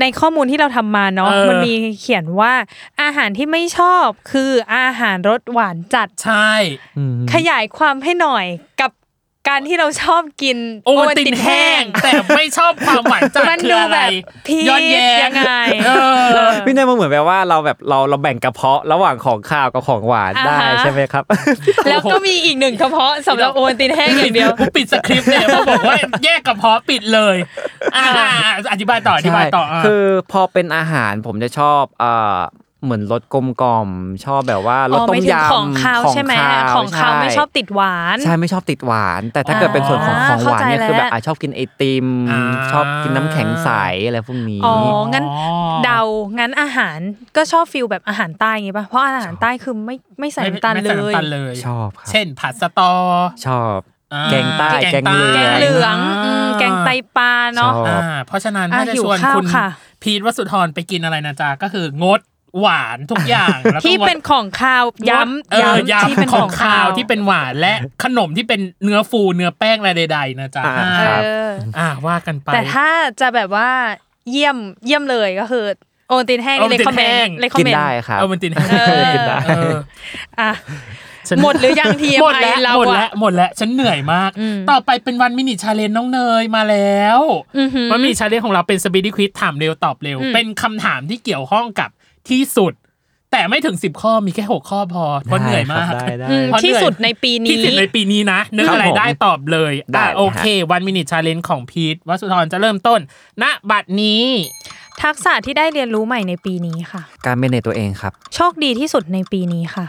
ในข้อมูลที่เราทำมาเนาะ เออ มันมีเขียนว่าอาหารที่ไม่ชอบคืออาหารรสหวานจัด ใช่ อืม ขยายความให้หน่อยกับการที่เราชอบกิน โอวัลตินแห้ง แต่ไม่ชอบความหวานจัด มัน คือ ดู อะแบไรบพี ย้อนแย้ ยังงไง เออ พี่เนยมันเหมือนแบบว่าเราแบบเราเราแบ่งกระเพาะระหว่างของข้าวกับของหวานได้ อ่าฮะ ใช่ไหมครับ แล้วก็มีอีกหนึ่งกระเพาะสำหรับโอวัลตินแห้งอย่างเดียว กูปิดสคริปต์เนี่ยเพราะบอกว่าแยกกระเพาะปิดเลยอ่าอธิบายต่ออธิบายต่ออ่ะ คือพอเป็นอาหารผมจะชอบเอ่อเหมือนรสกลมกล่อมๆชอบแบบว่ารส อ๋อ ต้ ไม่ ม ถึง ยำ ของคาวใช่ไหม ว ของคาว ใ ไม่ชอบติดหวาน ใช่ไม่ชอบติดหวาน แต่ถ้าเกิดเป็นส่วนของ อ่า ของหวานเนี่ย เข้าใจ คือแบบ แล้ว อ่ะชอบกินไอติม อ่า ชอบกินน้ำแข็งใสอะไรพวกนี้ อ๋อ งั้นเดา งั้นอาหารก็ชอบฟิลแบบอาหารใต้ไงป่ะ เพราะอาหารใต้คือไม่ไม่ใส่น้ำตาล ไม่ เล ใส่ ย น้ำตาลเลย ชอบครับ เช่นผัดสะตอ ชอบ อ่า แกงใต้แกงเหลือง แกงเหลืองอืมแกงไตปลาเนาะ ชอบ อ่าเพราะฉะนั้น อ่ะ น่าจะชวน หิวข้าว คุณ ค่ะ พีทวสุธรไปกินอะไรนะจ๊ะก็คืองดหวานทุกอย่างแล้วก็ ที่เป็นของคาว ย้ เอ ำ อ ย้ำที่เป็น ข ข อ อง ง คา คาว ว ที่เป็นหวานและขนมที่เป็นเนื้อฟูเนื้อแป้งอะไรใดๆนะจ๊ะ อ่า เอ ครับ อ อ่าว่ากันไป แต่ถ้าจะแบบว่าเยี่ยมเยี่ยมเลยก็คือโอวัลตินแห้ง โอวั เล ล ย ติ คอม น เม แห้ น ง ต์เลยคอม กิน เมน ได้ ต์ ครับ เอามันตินให้ เออ กินได้เออ อ่ะ ฉัน หมดหรือยัง TMI หมดแล้ว เรา หมด อะ แล้วหมดแล้วฉันเหนื่อยมาก ต่อไปเป็นวันมินิชาเลนน้องเนยมาแล้ว อือหือ วันมินิชาเลนของเราเป็นสปีดควิสถามเร็วตอบเร็ว อืม เป็นคำถามที่เกี่ยวข้องกับที่สุด แต่ไม่ถึง 10 ข้อมีแค่ 6 ข้อพอเพราะเหนื่อย ได้ มาก ครับได้ได้ อืม เพราะเหนื่อย ที่สุดในปี ที่ นี้ สุดในปีนี้นะนึก ครับ อะไรได้ ผม ตอบเลย ได้ อ่ะ เลยฮะ โอเค วันมินิชาเลนของพีทวัสุธรจะเริ่มต้น ณบัดนี้ ทักษะที่ได้เรียนรู้ใหม่ในปีนี้ค่ะ การเมเนจตัวเองครับ โชคดีที่สุดในปีนี้ค่ะ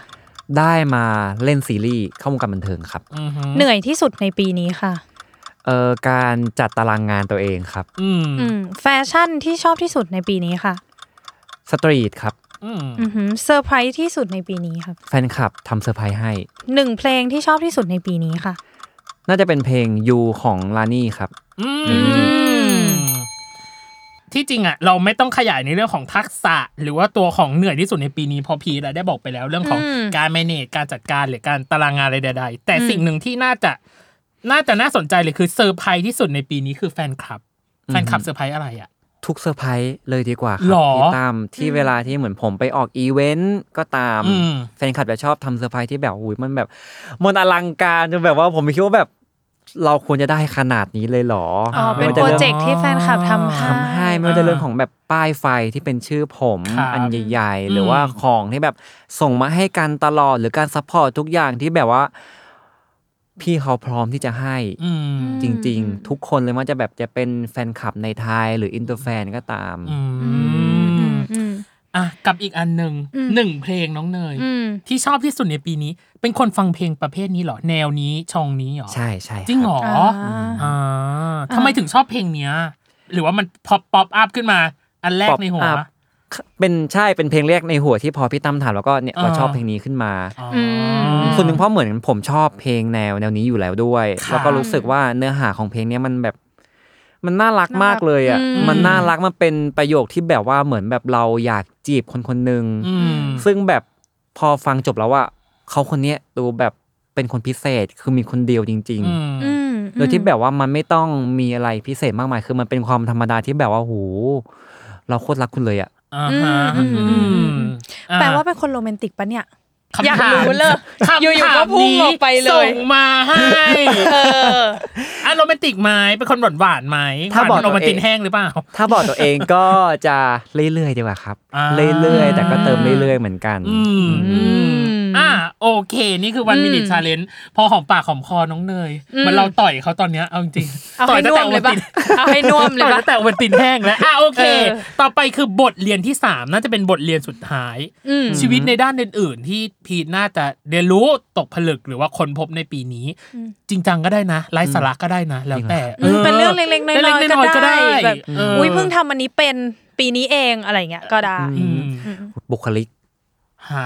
ได้มาเล่นซีรีส์เข้าวงการบันเทิงครับ อือหือ เหนื่อยที่สุดในปีนี้ค่ะ เอ่อการจัดตารางงานตัวเองครับ อืม อืมแฟชั่นที่ชอบที่สุดในปีนี้ค่ะ สตรีทครับ อืม อือหือเซอร์ไพรส์ที่สุดในปีนี้ครับ แฟนคลับทำเซอร์ไพรส์ให้ หนึ่งเพลงที่ชอบที่สุดในปีนี้ค่ะ น่าจะเป็นเพลงยูของลานี่ครับ อื ม มที่จริงอ่ะ เราไม่ต้องขยายในเรื่องของทักษะ หรือว่าตัวของเหนื่อยที่สุดในปีนี้เพอพีทอะได้บอกไปแล้ว เรื่องของ อืม การ manage การจัดการหรือการตารางงานอะไรใด ๆ แต่ อืม สิ่งหนึ่งที่น่าจะน่าจะน่าสนใจเลยคือเซอร์ไพรส์ที่สุดในปีนี้คือแฟนคลับ แฟนคลับเซอร์ไพรส์อะไรอ่ะ ทุกเซอร์ไพรส์เลยดีกว่าค หร รั อ ที่ตามที่เวลาที่เหมือนผมไปออกอีเวนต์ก็ตาม อืม แฟนคลับจะชอบทำเซอร์ไพรส์ที่แบบอุ้ยมันแบบ มันอลังการจนแบบว่าผมไม่คิดว่าแบบ เราควรจะได้ขนาดนี้เลยเหรอ อ๋อ ไม่ เป็น ว่า โปรจะรื่อง เจกต์ที่แฟนคลับทำให้ ทำให้ไม่ว่าจะเรื่องของแบบป้ายไฟที่เป็นชื่อผม ครับ อันใหญ่ อืม ๆ หรือว่าของที่แบบส่งมาให้กันตลอดหรือการซัพพอร์ตทุกอย่างที่แบบว่า พี่เขาพร้อมที่จะให้ อืม จริง อืม ๆ ทุกคนเลยว่าจะแบบจะเป็นแฟนคลับในไทยหรืออินเตอร์แฟนก็ตาม อื อื ม มอืม อ่ะกับอีกอันหนึ่ง อืม หนึ่งเพลงน้องเนย อืม ที่ชอบที่สุดในปีนี้ เป็นคนฟังเพลงประเภทนี้เหรอ แนวนี้ชองนี้เหรอ ใช่ใช่คบ จริงเหรอ อ่าทำไมถึงชอบเพลงเนี้ย หรือว่ามันพอปป๊อปอัพขึ้นมา อันแรกในหัว ป๊อปอัพเป็นใช่เป็นเพลงแรกในหัวที่พอพี่ตั้มถามแล้วก็เนี่ย อ่า เราชอบเพลงนี้ขึ้นมา อ๋อ อืม ส่วนหนึ่งเพราะเหมือนผมชอบเพลงแนวแนวนี้อยู่แล้วด้วย ค่ะ แล้วก็รู้สึกว่าเนื้อหาของเพลงเนี้ยมันแบบ มันน่ารักมากเลยอ่ะ อืม มันน่ารักมันเป็นประโยคที่แบบว่าเหมือนแบบเราอยากจีบคนคนหนึ่ง อืม ซึ่งแบบพอฟังจบแล้วว่าเขาคนเนี้ยดูแบบเป็นคนพิเศษคือมีคนเดียวจริง อื ๆ ม อืม โดยที่แบบว่ามันไม่ต้องมีอะไรพิเศษมากมาย คือมันเป็นความธรรมดาที่แบบว่าโหเราโคตรรักคุณเลยอะ อ่าฮะ อืมอืมอืม อ่ะ แปลว่าเป็นคนโรแมนติกปะเนี่ย คำ อยาก ถม รู้เลย คำ อยู่ๆก็พุ่งออกไปเลย ส่งมาให้ เออ อ่ะโรแมนติกไหมเป็นคนหวานหวานๆไหมหวานเหมืนโรแมนติกแห้งหรือเปล่า ถ้าบอกตัวเองก็จะเรื่อยๆดีกว่าครับ อ่า เรื่อยๆ แต่ก็เติมเรื่อยๆ เหมือนกัน อืม ม อ่ะ อ่าโอเค นี่คือวันมินิชาเลนจ์พอหอมปากหอมคอน้องเนยเหมันเราต่อยเขาตอนเนี้ยเอาจริง เอา ต่ ให้ ตั้ง น่ว แต่ มเลย วั ปะ นติด เอาให้น่วมเลย ต่อ ปะ ตั้งแต่วันตินแห้งแล้วอ่ะโอเค เออ ต่อไปคือบทเรียนที่สามน่าจะเป็นบทเรียนสุดท้าย อืม ชีวิตในด้านอื่นๆ ที่พีทน่าจะเรียนรู้ตกผลึกหรือว่าค้นพบในปีนี้ จริงจังก็ได้นะไร้สาระก็ได้นะ แล้วแต่ อืมเป็นเรื่องเล็กๆน้อยๆ เล็ๆ ก็ได้แบบ เออ อุ้ยเพิ่งทำอันนี้เป็นปีนี้เองอะไรเงี้ยก็ได้ อืม บุคลิก หา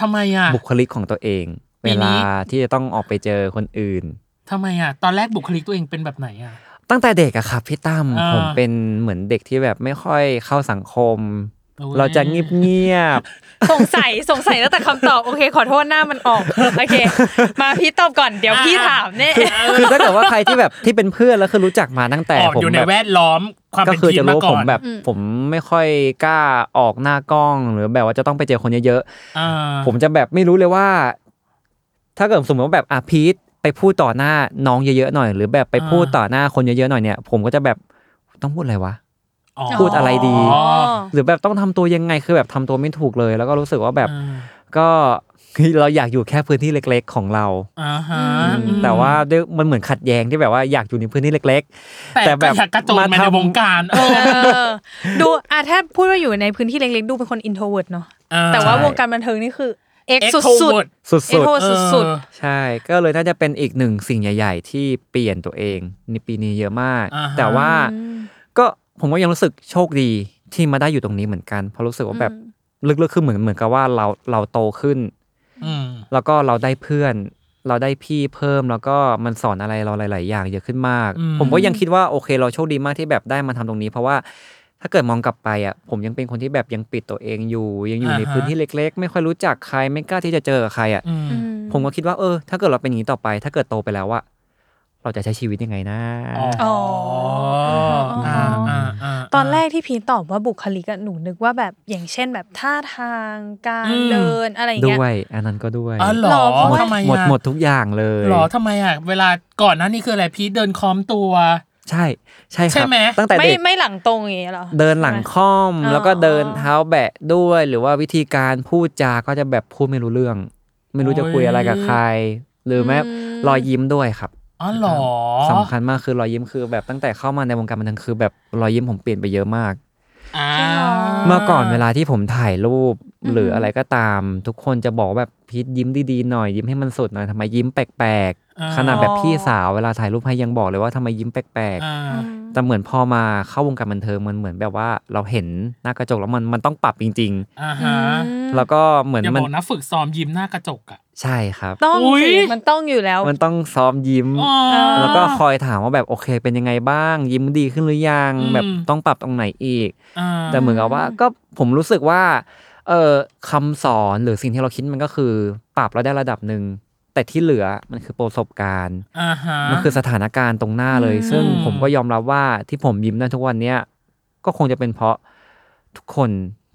ทำไมอ่ะ บุคลิกของตัวเอง ปี เว นี้ ลาที่จะต้องออกไปเจอคนอื่น ทำไมอ่ะ ตอนแรกบุคลิกตัวเองเป็นแบบไหนอ่ะ ตั้งแต่เด็กอะครับพี่ตั้ม อ่า ผมเป็นเหมือนเด็กที่แบบไม่ค่อยเข้าสังคม โอ้ย เราจะเงียบเงียบ สงสัยสงสัยตั้งแต่คำตอบ โอเค ขอโทษหน้ามันออก โอเค มาพี่ตอบก่อนเดี๋ยวพี่ถามเนี่ย ๆคือถ้าเกิดว่าใครที่แบบที่เป็นเพื่อนแล้วคือรู้จักมาตั้งแต่ ออก ผม อยู่ใน แบบ แวดล้อมความ ก็ เป็น คือ ทีมจะมา รู้ว่า ก่อผม น แบบผมไม่ค่อยกล้าออกหน้ากล้องหรือแบบว่าจะต้องไปเจอคนเยอะ อ่า ๆผมจะแบบไม่รู้เลยว่า ถ้าเกิดสมมติว่าแบบอ่ะพีทไปพูดต่อหน้าน้องเยอะๆหน่อย หรือแบบไป อ่า พูดต่อหน้าคนเยอะๆหน่อยเนี่ยผมก็จะแบบต้องพูดอะไรวะ พูดอะไรดี อ๋อ หรือแบบต้องทำตัวยังไงคือแบบทำตัวไม่ถูกเลย แล้วก็รู้สึกว่าแบบ อ่า ก็ เราอยากอยู่แค่พื้นที่เล็ก ๆ ของเรา อ่าฮะ อืม แต่ว่าด้วยมันเหมือนขัดแย้งที่แบบว่าอยากอยู่ในพื้นที่เล็ก แต่ แต่ แบ แบบ บ กระโจนมา มาทำ ในวงการเออ เออดูอ่ะถ้าพูดว่าอยู่ในพื้นที่เล็กๆ ดูเป็นคนอินโทรเวิร์ดเนาะ อ่ แต่ว่าวงการบันเทิงนี่คือเอ็ก เอ็กซ์ สุด โทร ๆ เวิร์ด ๆ สุ เอ็ก ด โทร เออ สุด ๆ ใช่ ก็เลยน่าจะเป็นอีกหนึ่งสิ่งใหญ่ ๆ ที่เปลี่ยนตัวเองในปีนี้เยอะมาก อ่าฮะ แต่ว่าก็ผมก็ยังรู้สึกโชคดีที่มาได้อยู่ตรงนี้เหมือนกันเพราะรู้สึกว่าแบบลึกๆคือเหมือนเหมือนกับว่าเราเราโตขึ้น อืม แล้วก็เราได้เพื่อน เราได้พี่เพิ่มแล้วก็มันสอนอะไรเราหลาย ๆ อย่างเยอะขึ้นมาก ผมก็ยังคิดว่าโอเค เราโชคดีมากที่แบบได้มาทำตรงนี้ เพราะว่าถ้าเกิดมองกลับไปอ่ะผมยังเป็นคนที่แบบยังปิดตัวเองอยู่ ยังอยู่ในพื้นที่เล็ก ๆ ไม่ค่อยรู้จักใครไม่กล้าที่จะเจอกับใครอ่ะ อืม ผมก็คิดว่าเออ ถ้าเกิดเราเป็นอย่างนี้ต่อไป ถ้าเกิดโตไปแล้วว่าเราจะใช้ชีวิตยังไงนะ อ๋อ อ๋ออ่ าอ่าา ๆ ตอนแรกที่พีทตอบว่าบุคลิกอะหนูนึกว่าแบบอย่างเช่นแบบท่าทางการ อืม เดินอะไรอย่าง ด้ เงี้ย วย อันนั้นก็ด้วย อ๋อเหรอ หรอเพราะว่า ทำไม หมด อ่ะ หมดทุกอย่างเลย หรอทำไมอ่ะ เวลาก่อนหนั้นนี่คืออะไรพีทเดินคอมตัว ใช่ ใช่ค ใช่ รับ ไหม ตั้งแต่ ไม่ เด็ก ไม่หลังตรงอย่างเงี้ยหรอ เดินหลังค่อม อ๋อ แล้วก็เดินเท้าแบะด้วย หรือว่าวิธีการพูดจาก็จะแบบพูดไม่รู้เรื่อง ไม่รู้จะคุยอะไรกับใคร หรือแม้รอยยิ้มด้วยครับ อ๋อเหรอ สำคัญมากคือรอยยิ้มคือแบบตั้งแต่เข้ามาในวงการบันเทิงคือแบบรอยยิ้มผมเปลี่ยนไปเยอะมาก อ่า เมื่อก่อนเวลาที่ผมถ่ายรูปหรืออะไรก็ตาม ทุกคนจะบอกว่าแบบพีทยิ้มดีๆหน่อยยิ้มให้มันสดหน่อยทำไมยิ้มแปลกๆ ขนาดแบบพี่สาวเวลาถ่ายรูปให้ยังบอกเลยว่าทำไมยิ้มแปลก อ่า ๆ แต่เหมือนพอมาเข้าวงการบันเทิงมันเหมือนแบบว่าเราเห็นหน้ากระจกแล้วมันมันต้องปรับจริง อ่าฮะ ๆ แล้วก็เหมือน อย่า มั บ น อกนะฝึกซ้อมยิ้มหน้ากระจกอ่ะ ใช่ครับ ต้อง อุ๊ย สิมันต้องอยู่แล้ว มันต้องซ้อมยิ้ม อ๋อ แล้วก็คอยถามว่าแบบโอเค เป็นยังไงบ้าง ยิ้มดีขึ้นหรือยัง อืม แบบต้องปรับตรงไหนอีก อ่า แต่เหมือนกับว่าก็ผมรู้สึกว่าเออคำสอนหรือสิ่งที่เราคิดมันก็คือ ปรับเราได้ระดับหนึ่ง แต่ที่เหลือมันคือประสบการณ์ อ่าฮะ มันคือสถานการณ์ตรงหน้าเลย อืม ซึ่งผมก็ยอมรับว่าที่ผมยิ้มได้ทุกวันเนี้ยก็คงจะเป็นเพราะทุกคน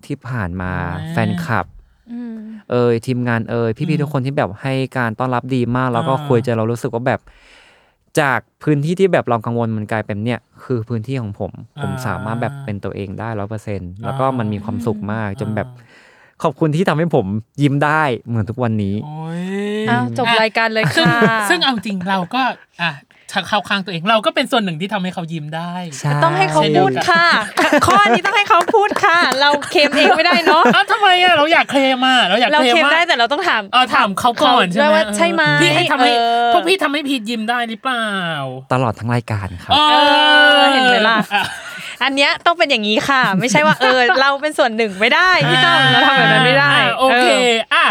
ที่ผ่านมา อ่า แฟนคลับ อืม เอยทีมงานเอย อื พี่ ม ๆทุกคนที่แบบให้การต้อนรับดีมาก แล้วก็ อ่า คุยจนเรารู้สึกว่าแบบ จากพื้นที่ที่แบบเรากังวลมันกลายเป็นเนี่ย คือพื้นที่ของผม ผมสามารถแบบเป็นตัวเองได้ร้อเปอร์เซ็นแล้วก็มันมีความสุขมาก จนแบบขอบคุณที่ทำให้ผมยิ้มได้เหมือนทุกวันนี้ โอ้ย อ้าวจบรายการเลย ซึ่ง ค่ะ ซึ่งเอาจริงเราก็อ่ะเข้าข้างตัวเองเราก็เป็นส่วนหนึ่งที่ทำให้เขายิ้มได้ ใช่ ต้องให้เขาพูดค่ะ ข้อนี้ต้องให้เขาพูดค่ะ เราเคลมเองไม่ได้เนาะ อ้าวทำไมอ่ะเราอยากเคลมอ่ะเราอยาก เรา เคลม เคลม ว่า ได้แต่เราต้องถาม เออถามเขาก่อนใช่เขาไหมด้วยว่าใช่ไหม พี่ให้ทำให้ เออ พวกพี่ทำให้พีทยิ้มได้หรือเปล่า ตลอดทั้งรายการครับ เอ อเห็นไหมล่ะ อ่ อันเนี้ยต้องเป็นอย่างนี้ค่ะ ไม่ใช่ว่าเออ เราเป็นส่วนหนึ่งไม่ได้พี่ต้อมเราทำแบบนั้นไม่ได้ อ่ะโอเค อ อ่ะ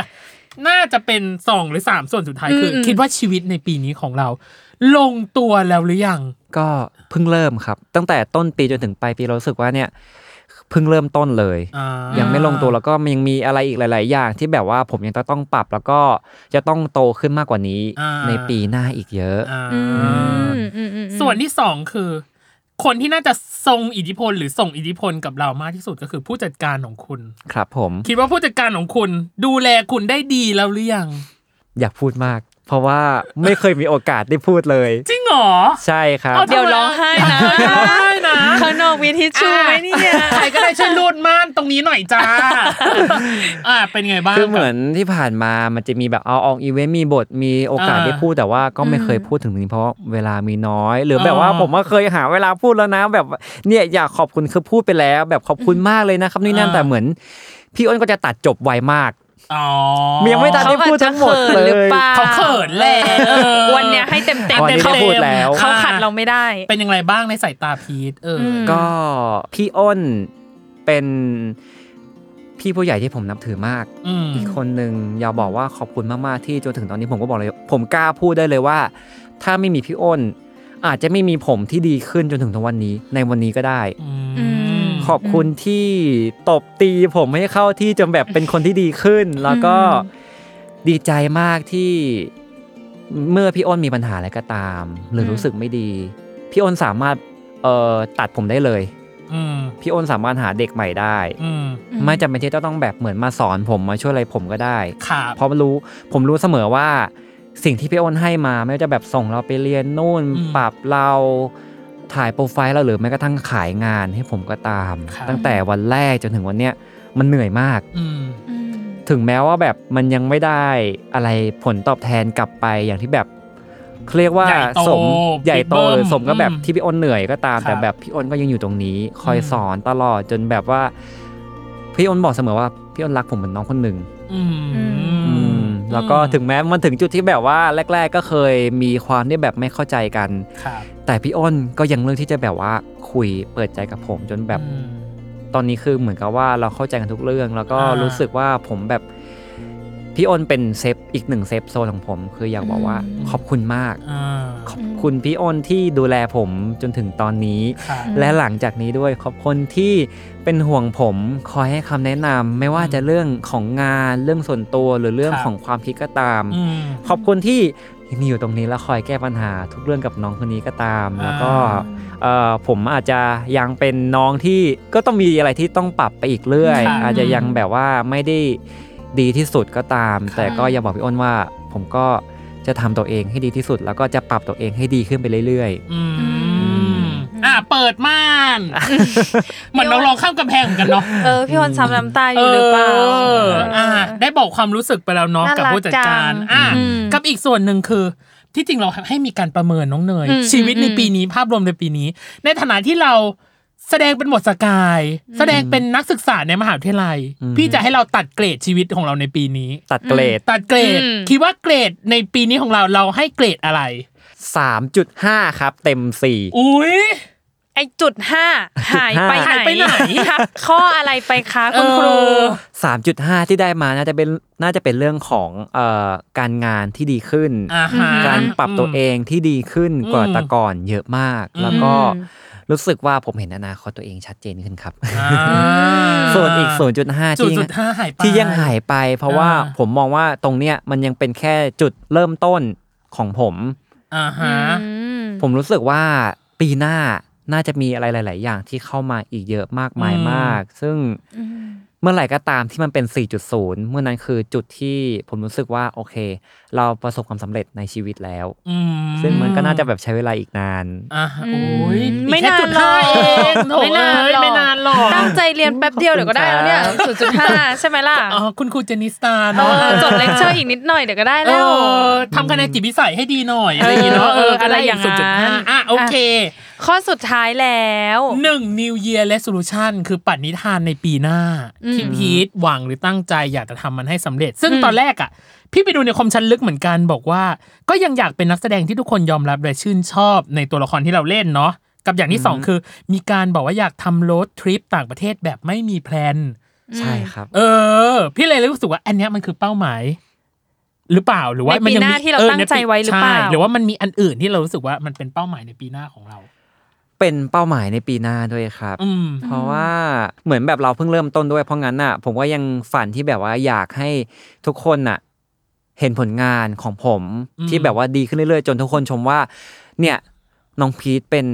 น่าจะเป็นสองหรือสามส่วนสุดท้ายคืออ ม คิดว่าชีวิตในปีนี้ของเรา ลงตัวแล้วหรือยัง ก็เพิ่งเริ่มครับ ตั้งแต่ต้นปีจนถึงปลายปีเรารู้สึกว่าเนี่ยเพิ่งเริ่มต้นเลย อ่ายั ยังไม่ลงตัวแล้วก็มันยังมีอะไรอีกหลาย ๆ อย่าง ที่แบบว่าผมยังต้องปรับแล้วก็จะต้องโตขึ้นมากกว่านี้ อ่า ในปีหน้าอีกเยอะ อ่า อืมอืมอืมอืม ส่วนที่สองคือ คนที่น่าจะทรงอิทธิพลหรือส่งอิทธิพลกับเรามากที่สุดก็คือผู้จัดการของคุณ ครับผม คิดว่าผู้จัดการของคุณ ดูแลคุณได้ดีแล้วหรือยัง อยากพูดมาก เพราะว่าไม่เคยมีโอกาสได้พูดเลย จริงเหรอ ใช่ครับ เอา เดี๋ยวร้องไห้นะ ร้องไห้นะ ข้างนอกมีทิชชู่ไหมเนี่ย ใครก็ได้ช่วยรูดม่านตรงนี้หน่อยจ้า อ่าเป็นไงบ้าง คือเหมือนที่ผ่านมามันจะมีแบบเอาออกอีเวนต์มีบทมีโอกาสได้พูดแต่ว่าก็ไม่เคยพูดถึงตรงนี้เพราะเวลามีน้อย หรือแบบว่าผมก็เคยหาเวลาพูดแล้วนะ แบบเนี่ยอยากขอบคุณคือพูดไปแล้ว แบบขอบคุณมากเลยนะครับนี่นั่นแต่เหมือน พี่อ้นก็จะตัดจบไวมาก อ๋อ ยังไม่ทันได้พูดทั้งหมดเลย เขาเขินแหละเออ วันเนี้ยให้เต็มเต็ม วันนี้ เขา ได้พูดแล้ว เขาขัดเราไม่ได้ เป็นยังไงบ้างในสายตาพีทเอออ ม ก็พี่อ้นเป็นพี่ผู้ใหญ่ที่ผมนับถือมาก อืม อีกคนหนึ่งอยากบอกว่าขอบคุณมาก ๆ ที่จนถึงตอนนี้ผมก็บอกเลย ผมกล้าพูดได้เลยว่า ถ้าไม่มีพี่อ้น อาจจะไม่มีผมที่ดีขึ้นจนถึงทุกวันนี้ ในวันนี้ก็ได้ อืม ขอบคุณที่ตบตีผมให้เข้าที่จนแบบเป็นคนที่ดีขึ้น แล้วก็ อืม ดีใจมากที่เมื่อพี่อ้นมีปัญหาอะไรก็ตาม หรือรู้สึกไม่ดี พี่อ้นสามารถเอ่อตัดผมได้เลย อืม พี่อ้นสามารถหาเด็กใหม่ได้ อืม ไม่จำเป็นที่จะต้องแบบเหมือนมาสอนผมมาช่วยอะไรผมก็ได้ ขา เพราะรู้ผมรู้เสมอว่าสิ่งที่พี่อ้นให้มาไม่ว่าจะแบบส่งเราไปเรียนนู่น ปรับเราถ่ายโปรไฟล์เราหรือแม้กระทั่งขายงานให้ผมก็ตาม ตั้งแต่วันแรกจนถึงวันเนี้ยมันเหนื่อยมาก อืม อืม ถึงแม้ว่าแบบมันยังไม่ได้อะไรผลตอบแทนกลับไปอย่างที่แบบเขาเรียกว่า ใหญ่โต สมใหญ่โต บิ๊กเบิ้ม หรือสมก็แบบ อืม ที่พี่อ้นเหนื่อยก็ตาม ครับ แต่แบบพี่อ้นก็ยังอยู่ตรงนี้ คอย อืม สอนตลอดจนแบบว่า พี่อ้นบอกเสมอว่าพี่อ้นรักผมเหมือนน้องคนหนึ่ง อืม อืมแล้วก็ถึงแม้มันถึงจุดที่แบบว่าแรก ๆ ก็เคยมีความที่แบบไม่เข้าใจกัน ครับ แต่พี่อ้นก็ยังเลือกที่จะแบบว่าคุยเปิดใจกับผมจนแบบ อืม ตอนนี้คือเหมือนกับว่าเราเข้าใจกันทุกเรื่อง แล้วก็ อ่ารู้ รู้สึกว่าผมแบบพี่อ้นเป็นเซฟอีกหนึ่งเซฟโซนของผม คืออยากบอกว่าขอบคุณมาก อ่า ขอบคุณพี่อ้นที่ดูแลผมจนถึงตอนนี้ ครับ และหลังจากนี้ด้วยขอบคุณที่เป็นห่วงผมคอยให้คำแนะนำไม่ว่าจะเรื่องของงานเรื่องส่วนตัวหรือเรื่องของความคิดก็ตาม อืม ขอบคุณที่ยังอยู่ตรงนี้และคอยแก้ปัญหาทุกเรื่องกับน้องคนนี้ก็ตาม อ่า แล้วก็เอ่อผมอาจจะยังเป็นน้องที่ก็ต้องมีอะไรที่ต้องปรับไปอีกเรื่อย อาจจะยังแบบว่าไม่ได้ดีที่สุดก็ตาม แต่ก็อย่าบอกพี่อ้นว่า ผมก็จะทำตัวเองให้ดีที่สุด แล้วก็จะปรับตัวเองให้ดีขึ้นไปเรื่อย อืมอ่าเปิดม่าน เหมือนเราลองข้ามกำแพงเหมือนกันเนาะ เออพี่อนซ้ำน้ำตาอยู่หรือเปล่า ออ่า ได้บอกความรู้สึกไปแล้วเนาะ น่ารัก กับผู้จัดการ จัง อ่า อืม กับอีกส่วนหนึ่งคือ ที่จริงเราให้มีการประเมินน้องเนย อืม ชีวิตใน อืม ปีนี้ภาพรวมในปีนี้ ในฐานะที่เราแสดงเป็นบทสกาย แสดงเป็นนักศึกษาในมหาวิทยาลัย อืม พี่จะให้เราตัดเกรดชีวิตของเราในปีนี้ ๆ ตัดเกรด ตัดเกรด อืม คิดว่าเกรดในปีนี้ของเราเราให้เกรดอะไร 3.5 ครับ เต็ม 4 อุ้ย ไอจุดห้าหายไป หายไปไหน คะข้ออะไรไปคะคุณครู เออ 3.5 ที่ได้มาน่าจะเป็นน่าจะเป็นเรื่องของเอ่อการงานที่ดีขึ้น อ่าฮะ การปรับตัวเองที่ดีขึ้นกว่าแต่ก่อนเยอะมาก อืม แล้วก็รู้สึกว่าผมเห็นอนาคตตัวเองชัดเจนขึ้นครับ อ่า ส่วนอีก 0.5 ที่ จุดห้าหายไป ที่ยังหายไป เพราะว่า อ่า ผมมองว่าตรงเนี้ยมันยังเป็นแค่จุดเริ่มต้นของผม อ่าฮะ ผมรู้สึกว่าปีหน้าน่าจะมีอะไรหลาย ๆ อย่างที่เข้ามาอีกเยอะมากมาย อืม มาก ซึ่งเมื่อไหร่ก็ตามที่มันเป็น 4.0 เมื่อนั้นคือจุดที่ผมรู้สึกว่าโอเค เราประสบความสำเร็จในชีวิตแล้ว อืม ซึ่งมันก็น่าจะแบบใช้เวลาอีกนาน อ่าฮะโอ้ยอีก ไม่ แค่ นาน จุด หร ห้า อก เองโถ่ ไม่นานหรอก เอ้ยไม่นานหรอก ตั้งใจเรียนแป๊บเดียวเดี๋ยวก็ได้แล้วเนี่ย ขอบศูคุณครับนย์จุดห้าใช่ไหมล่ะ อ๋อคุณครูเจนิสตา เอ เนาะ อจดเลคเชอร์อีกนิดหน่อยเดี๋ยวก็ได้ เอ แล้ว อทำคะแนนจิตวิสัยให้ดีหน่อยอะไรอย่างเงี้ยเนาะเออ เอออะไรอย่างนั้ ศูน น ย์จุดห้าอ่ะโอเค ข้อสุดท้ายแล้ว หนึ่ง New Year Resolution คือปัดนิทานในปีหน้า ที่พีทหวังหรือตั้งใจอยากจะทำมันให้สำเร็จ ซึ่งตอนแรกอ่ะ พี่ไปดูในคอมชันลึกเหมือนกันบอกว่า ก็ยังอยากเป็นนักแสดงที่ทุกคนยอมรับและชื่นชอบในตัวละครที่เราเล่นเนาะกับอย่างที่สองคือ มีการบอกว่าอยากทำโรดทริปต่างประเทศแบบไม่มีแพลน ใช่ครับ เออ พี่เลยรู้สึกว่า อันเนี้ยมันคือเป้าหมาย หรือเปล่าหรือว่า ใน มั ปี ยั หน้าที่เราตั้งใจไว้หรือเปล่า ช่หรือว่ามันมีอันอื่นที่เรารู้สึกว่ามันเป็นเป้าหมายในปีหน้าของเรา เป็นเป้าหมายในปีหน้าด้วยครับ อืม เพราะว่าเหมือนแบบเราเพิ่งเริ่มต้นด้วยเพราะงั้นน่ะ ผมก็ยังฝันที่แบบว่าอยากให้ทุกคนน่ะ เห็นผลงานของผม อืม ที่แบบว่าดีขึ้นเรื่อยๆ จนทุกคนชมว่า เนี่ยน้องพีทเป็น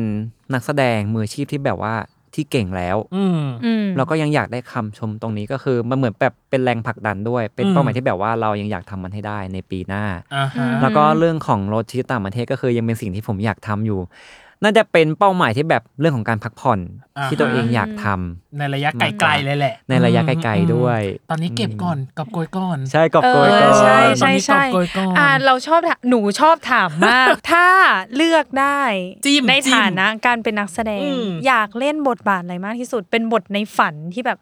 นักแสดงมืออาชีพที่แบบว่า ที่เก่งแล้ว อืม อืม เราก็ยังอยากได้คำชมตรงนี้ก็คือมันเหมือนแบบเป็นแรงผลักดันด้วย เป็น อืม เป้าหมายที่แบบว่าเรายังอยากทำมันให้ได้ในปีหน้า อ่าฮะ ม แล้วก็เรื่องของรถที่ต่างประเทศก็คือยังเป็นสิ่งที่ผมอยากทำอยู่ น่าจะเป็นเป้าหมายที่แบบเรื่องของการพักผ่อน อ่าฮะ ที่ตัวเองอยากทำ ในระยะไกลๆเลยแหละ ในระยะไกลๆด้วย ตอนนี้เก็บก่อนกับโกยก่อน ใช่กอบโกย เอ ก่อ อน ใช่ ตอน ใช่ นี้ ใช่ กอบโกยก่อน อ่าเราชอบถามหนูชอบถามมาก ถ้าเลือกได้ จิ้ม ใน จิ้ม ฐานะการเป็นนักแสดง อืม อยากเล่นบทบาทอะไรมากที่สุดเป็นบทในฝันที่แบบ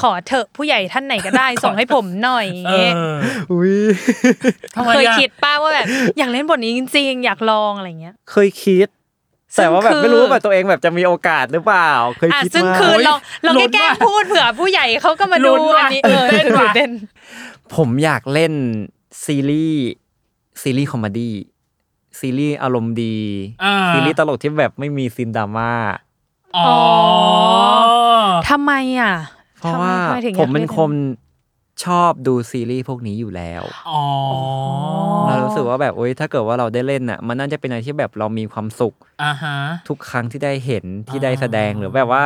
ขอเถอะผู้ใหญ่ท่านไหนก็ได้ ส่งให้ผมหน่อย เออ อุ้ ย ทำไม เคย อะ คิดป้าว่าแบบ อยากเล่นบทนี้จริงๆ อยากลองอะไรเงี้ย เคยคิด ซึ่ง แต่ว่าแบบ คือ ไม่รู้ว่าแบบตัวเองแบบจะมีโอกาสหรือเปล่า เคย อ่ะ คิด ซึ่ง มา คือ โอ้ย เราเราแค่ลุ้น แกล้ง ว่ะ พูดเผื่อผู้ใหญ่เขาก็มา ลุ้ ดู นว่ะ อันนี้เออ ตื่นเต้นตื่ว่ะนเต้น ผมอยากเล่นซีรีส์ซีรีส์คอมเมดี้ซีรีส์อารมณ์ดี อ่า ซีรีส์ตลกที่แบบไม่มีซินดราม่า อ๋อ ทำไมอ่ะ เพราะว่า ทำไทำไถึงอยก ผมเป็น ล่ คนชอบดูซีรีส์พวกนี้อยู่แล้ว อ๋อ เรารู้สึกว่าแบบโอ๊ยถ้าเกิดว่าเราได้เล่นน่ะ มันน่าจะเป็นอะไรที่แบบเรามีความสุข อ่าฮะ ทุกครั้งที่ได้เห็นที่ได้แสดง อ่า หรือแบบว่า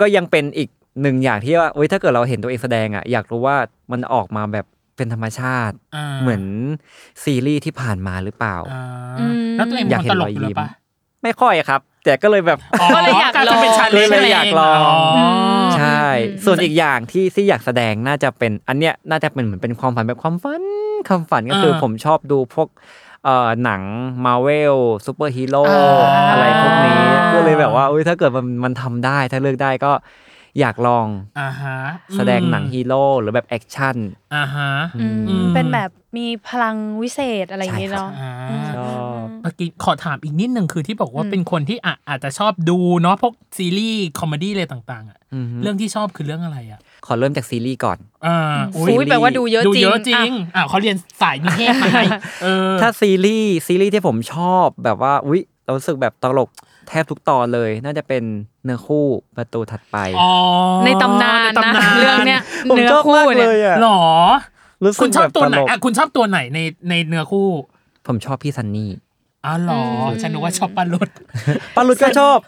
ก็ยังเป็นอีกหนึ่งอย่างที่ว่าเว้ยถ้าเกิดเราเห็นตัวเองแสดงอ่ะอยากรู้ว่ามันออกมาแบบเป็นธรรมชาติ อ่า เหมือนซีรีส์ที่ผ่านมาหรือเปล่า อ่าแล้วตัวเอง อ เป็ ยาก นค เห็ นต น ล ร ก อย อ ยิ้ม ยู่หรือปะ ไม่ค่อยครับ แต่ก็เลยแบบ ก็เลยอยากลอง เป็นชาเลนจ์ ก็เลยอยากลอง ม ใช่ ส่วนอีกอย่างที่ที่อยากแสดงน่าจะเป็นอันเนี้ยน่าจะเป็นเหมือนเป็นความฝันแบบความฝันความฝันก็คืออาผมชอบดูพวกเอ่อหนังมาเวลซูเปอร์ฮีโร่ อ่า อะไรพวกนี้ก็เลยแบบว่าเอ้ยถ้าเกิดมันมันทำได้ถ้าเลือกได้ก็อยากลอง อ่าฮะ แสดงหนังฮีโร่หรือแบบแอคชั่น อ่าฮะ อืม อืม เป็นแบบมีพลังวิเศษอะไรอย่างงี้เนาะ อ่า ชอบ เมื่อกี้ขอถามอีกนิดหนึ่งคือที่บอกว่าเป็นคนที่อ่ะอาจจะชอบดูเนาะพวกซีรีส์คอมเมดี้อะไรต่างๆอ่ะเรื่องที่ชอบคือเรื่องอะไรอ่ะ ขอเริ่มจากซีรีส์ก่อน อ่าอุ๊ย อุ้ยแปลว่าดูเยอะ ดู จริง เยอะจริง อ่ะ อ่าเขาเรียนสายนิเทศมา ไงเออ ถ้าซีรีส์ซีรีส์ที่ผมชอบแบบว่าอุ๊ยเรารู้สึกแบบตลกแทบทุกตอนเลย น่าจะเป็นเนื้อคู่ประตูถัดไป อ๋อ ในตำนาน ใตำ นะเรื่องเนี้ย ผม เนื้อ ชอบ คู่ มาก เนี่ เลย ยอ่ะ หรอ รู้สึ คุณ ก ชอ แบบ บ ตัว ต ไหน ลก อ่ะคุณชอบตัวไหนในในเนื้อคู่ ผมชอบพี่ซันนี่ อ๋อเหรออฉันนึกว่าชอบปลาลุด ป้าลุดก็ชอบ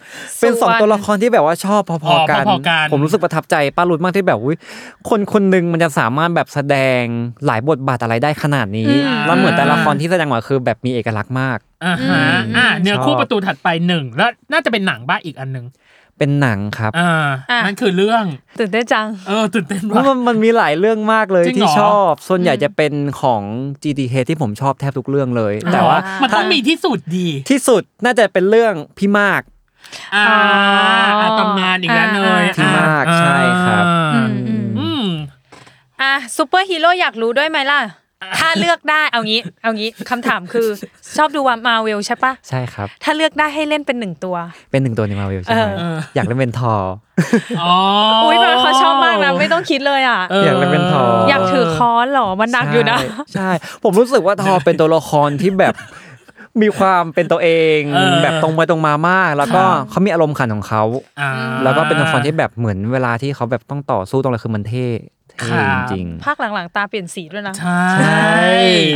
ส่วน เป็นสองตัวละครที่แบบว่าชอบพ อ๋ อ อ ๆกัน พอๆกัน ผมรู้สึกประทับใจป้าลุดมากที่แบบอุ๊ยคนคนหนึ่งมันจะสามารถแบบแสดงหลายบทบาทอะไรได้ขนาดนี้ แล้วเหมือนแต่ละครที่แสดงมาคือแบบมีเอกลักษณ์มาก อ่าฮะอ่าเนื้อคู่ ชอบ ประตูถัดไปหนึ่งแล้วน่าจะเป็นหนังบ้าอีกอันหนึ่ง เป็นหนังครับ อ่า อ่ะ นั่นคือเรื่อง ตื่นเต้นจัง เออตื่นเต้น มัน ว่ะ มันมันมีหลายเรื่องมากเลย จริงเหร ที่ อ ชอบ ส่วนใหญ่จะเป็นของ GTA ที่ผมชอบแทบทุกเรื่องเลย แต่ว่า มันต้องมีที่สุดดี ที่สุดน่าจะเป็นเรื่องพี่มาก อ่า อ๋ออ่ ะตำนานอีกแล้วเนย อ่า ที่มาก อ่ ใช่ครับ อืม อืม อืม อ่ะซูเปอร์ฮีโร่อยากรู้ด้วยไหมล่ะ ถ้าเลือกได้เอางี้ เอางี้คำถาม คือชอบดูวามาเวลใช่ปะ ใช่ครับ ถ้าเลือกได้ให้เล่นเป็นหนึ่งตัว เป็นหนึ่งตัวในมาเวลใช่ไหม เอ อยากเล่นเป็นทอร์ อ๋อ อุ้ อุ้ ยเขาชอบมากนะไม่ต้องคิดเลยอ่ะ อยากเล่นเป็นทอร์ อยากถือค้อนเหรอมันหนักอยู่นะ ใช่ใช่ ผมรู้สึกว่าทอร์เป็นตัวละครที่แบบ มีความเป็นตัวเอง เออ แบบตรงไปตรงมามาก แล้วก็เขามีอารมณ์ขันของเขา อ่า แล้วก็เป็นละครที่แบบเหมือนเวลาที่เขาแบบต้องต่อสู้ตรงอะไรคือมันเท่เท่ ครับ จริงๆ ภาคหลังๆ ตาเปลี่ยนสีด้วยนะ ใช่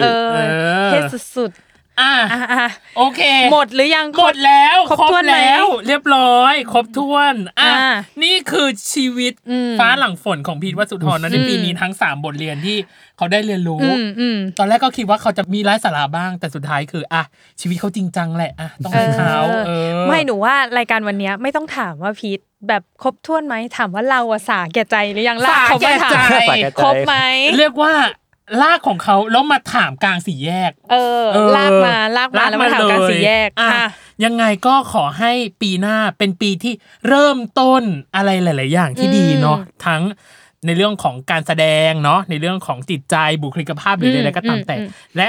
เออ เออ เท่สุด อ่ะ ๆอ่ะอ่ะ โอเค หมดหรือยัง หมดแล้ว ครบถ้วนไหม แล้ว เรียบร้อย ครบถ้วนอ่ะ อ่า นี่คือชีวิต อืม ฟ้าหลังฝนของพีทวัสสุธรนะใน อืม ปีนี้ทั้ง 3 บทเรียนที่เขาได้เรียนรู้ อืมอืม ตอนแรกก็คิดว่าเขาจะมีไร้สาระบ้าง แต่สุดท้ายคืออ่ะชีวิตเขาจริงจังแหละอ่ะต้องให้เขาเออ ไม่หนูว่ารายการวันเนี้ยไม่ต้องถามว่าพีทแบบครบถ้วนไหมถามว่าเราอะสาแก่ใจหรือยังลากเขามาถาม สาแก่ใจ ครบไหม เรียกว่าลากของเขาแล้วมาถามกลางสี่แยก เออ เออ ลากมาลากมาแล้วมาถามการสีแยก อ่ะ อ่ะ ยังไงก็ขอให้ปีหน้าเป็นปีที่เริ่มต้นอะไรหลาย ๆ อย่างที่ดีเนาะทั้งในเรื่องของการแสดงเนาะในเรื่องของจิตใจบุคลิกภาพหรืมออะไรก็ตามแต่ อืม และ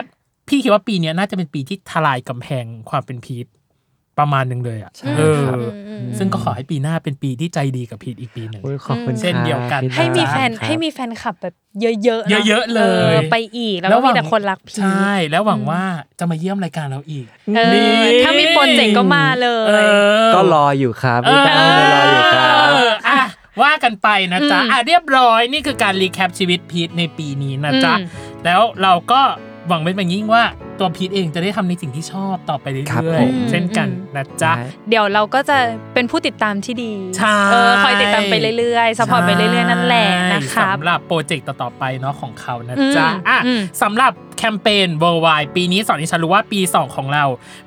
พี่คิดว่าปีเนี้ยน่าจะเป็นปีที่ทลายกำแพงความเป็นพีทประมาณหนึ่งเลยอ่ะ ใช่ เออ ครับ ซึ่งก็ขอให้ปีหน้าเป็นปีที่ใจดีกับพีทอีกปีหนึ่ง โอ้ยขอบคุณ เช่น ครับ เดียวกัน พี่ดา ให้มีแฟน ครับ ให้มีแฟนคลับแบบเยอะๆน เยอะๆเลย อไปอีกแล้วก็มีแต่คนรักพีท ใช่แล้วหวังว่าจะมาเยี่ยมรายการเราอีก เออ นี่ ถ้ามีโปรเจกต์ก็มาเล เอย อ ก็รออยู่ครับพี่แป้งก็รออยู่ครับ เอออ่ะว่ากันไปนะจ๊ะ อ่ะเรียบร้อยนี่คือการรีแคปชีวิตพีทในปีนี้นะจ๊ะ อืม แล้วเราก็ หวังเป็นอย่างยิ่งว่าตัวพีทเองจะได้ทำในสิ่งที่ชอบต่อไปเรื่ ครับ อย ผม ๆเช่นกัน อืม นะจ๊ะ ได้ เดี๋ยวเราก็จะเป็นผู้ติดตามที่ดี ใช่ เออคอยติดตามไปเรื่อยๆสปอร์ตไปเรื่อยๆนั่นแหละนะครับ สำหรับโปรเจกต์ต่อ ๆ ไปเนาะของเขานะจ๊ะ อืม อ่ะ อืม สำหรับแคมเปญ Worldwide ปีนี้สอนให้ฉันรู้ว่าปี 2 ของเรา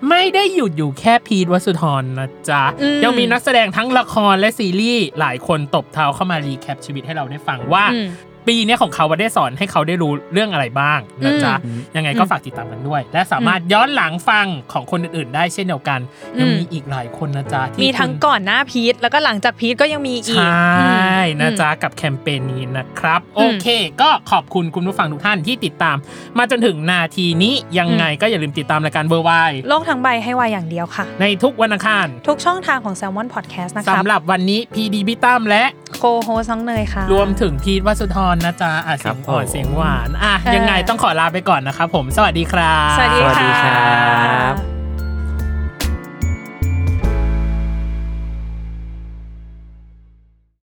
ไม่ได้หยุดอยู่แค่พีทวัสุธรนะจ๊ะ ยังมีนักแสดงทั้งละครและซีรีส์หลายคนตบเท้าเข้ามารีแคปชีวิตให้เราได้ฟังว่า อืม ปีเนี้ยของเขาได้สอนให้เขาได้รู้เรื่องอะไรบ้างนะจ๊ะ อืม ยังไงก็ฝากติดตามกันด้วย และสามารถย้อนหลังฟังของคนอื่นๆ ได้เช่นเดียวกันยังมีอีกหลายคนนะจ๊ะที่ มีทั้ง คุณ ก่อนหน้าพีทแล้วก็หลังจากพีทก็ยังมีอีก ใช่ อืม นะจ๊ะ กับแคมเปญนี้นะครับ อื โอ ม เค ก็ขอบคุณคุณผู้ฟังทุกท่านที่ติดตาม มาจนถึงนาทีนี้ยังไงก็อย่าลืมติดตามรายการเบอร์ไวน์ โลกทั้งใบให้วายอย่างเดียวค่ะ ในทุกวันอังคาร ทุกช่องทางของ s ซ l m o n Podcast นะครับ สำหรับวันนี้พีดีพิตามและ โคโฮสน้องเนยค่ะ รวมถึงพีทวัสุธรนะจ๊ะอ่ะ ครั เสียงบอ่อน ผม เสียงหวาน อ่ะ เออ ยังไงต้องขอลาไปก่อนนะครับผม สวัสดีครับ สวัสดี สวัสดี ค่ะ ครับ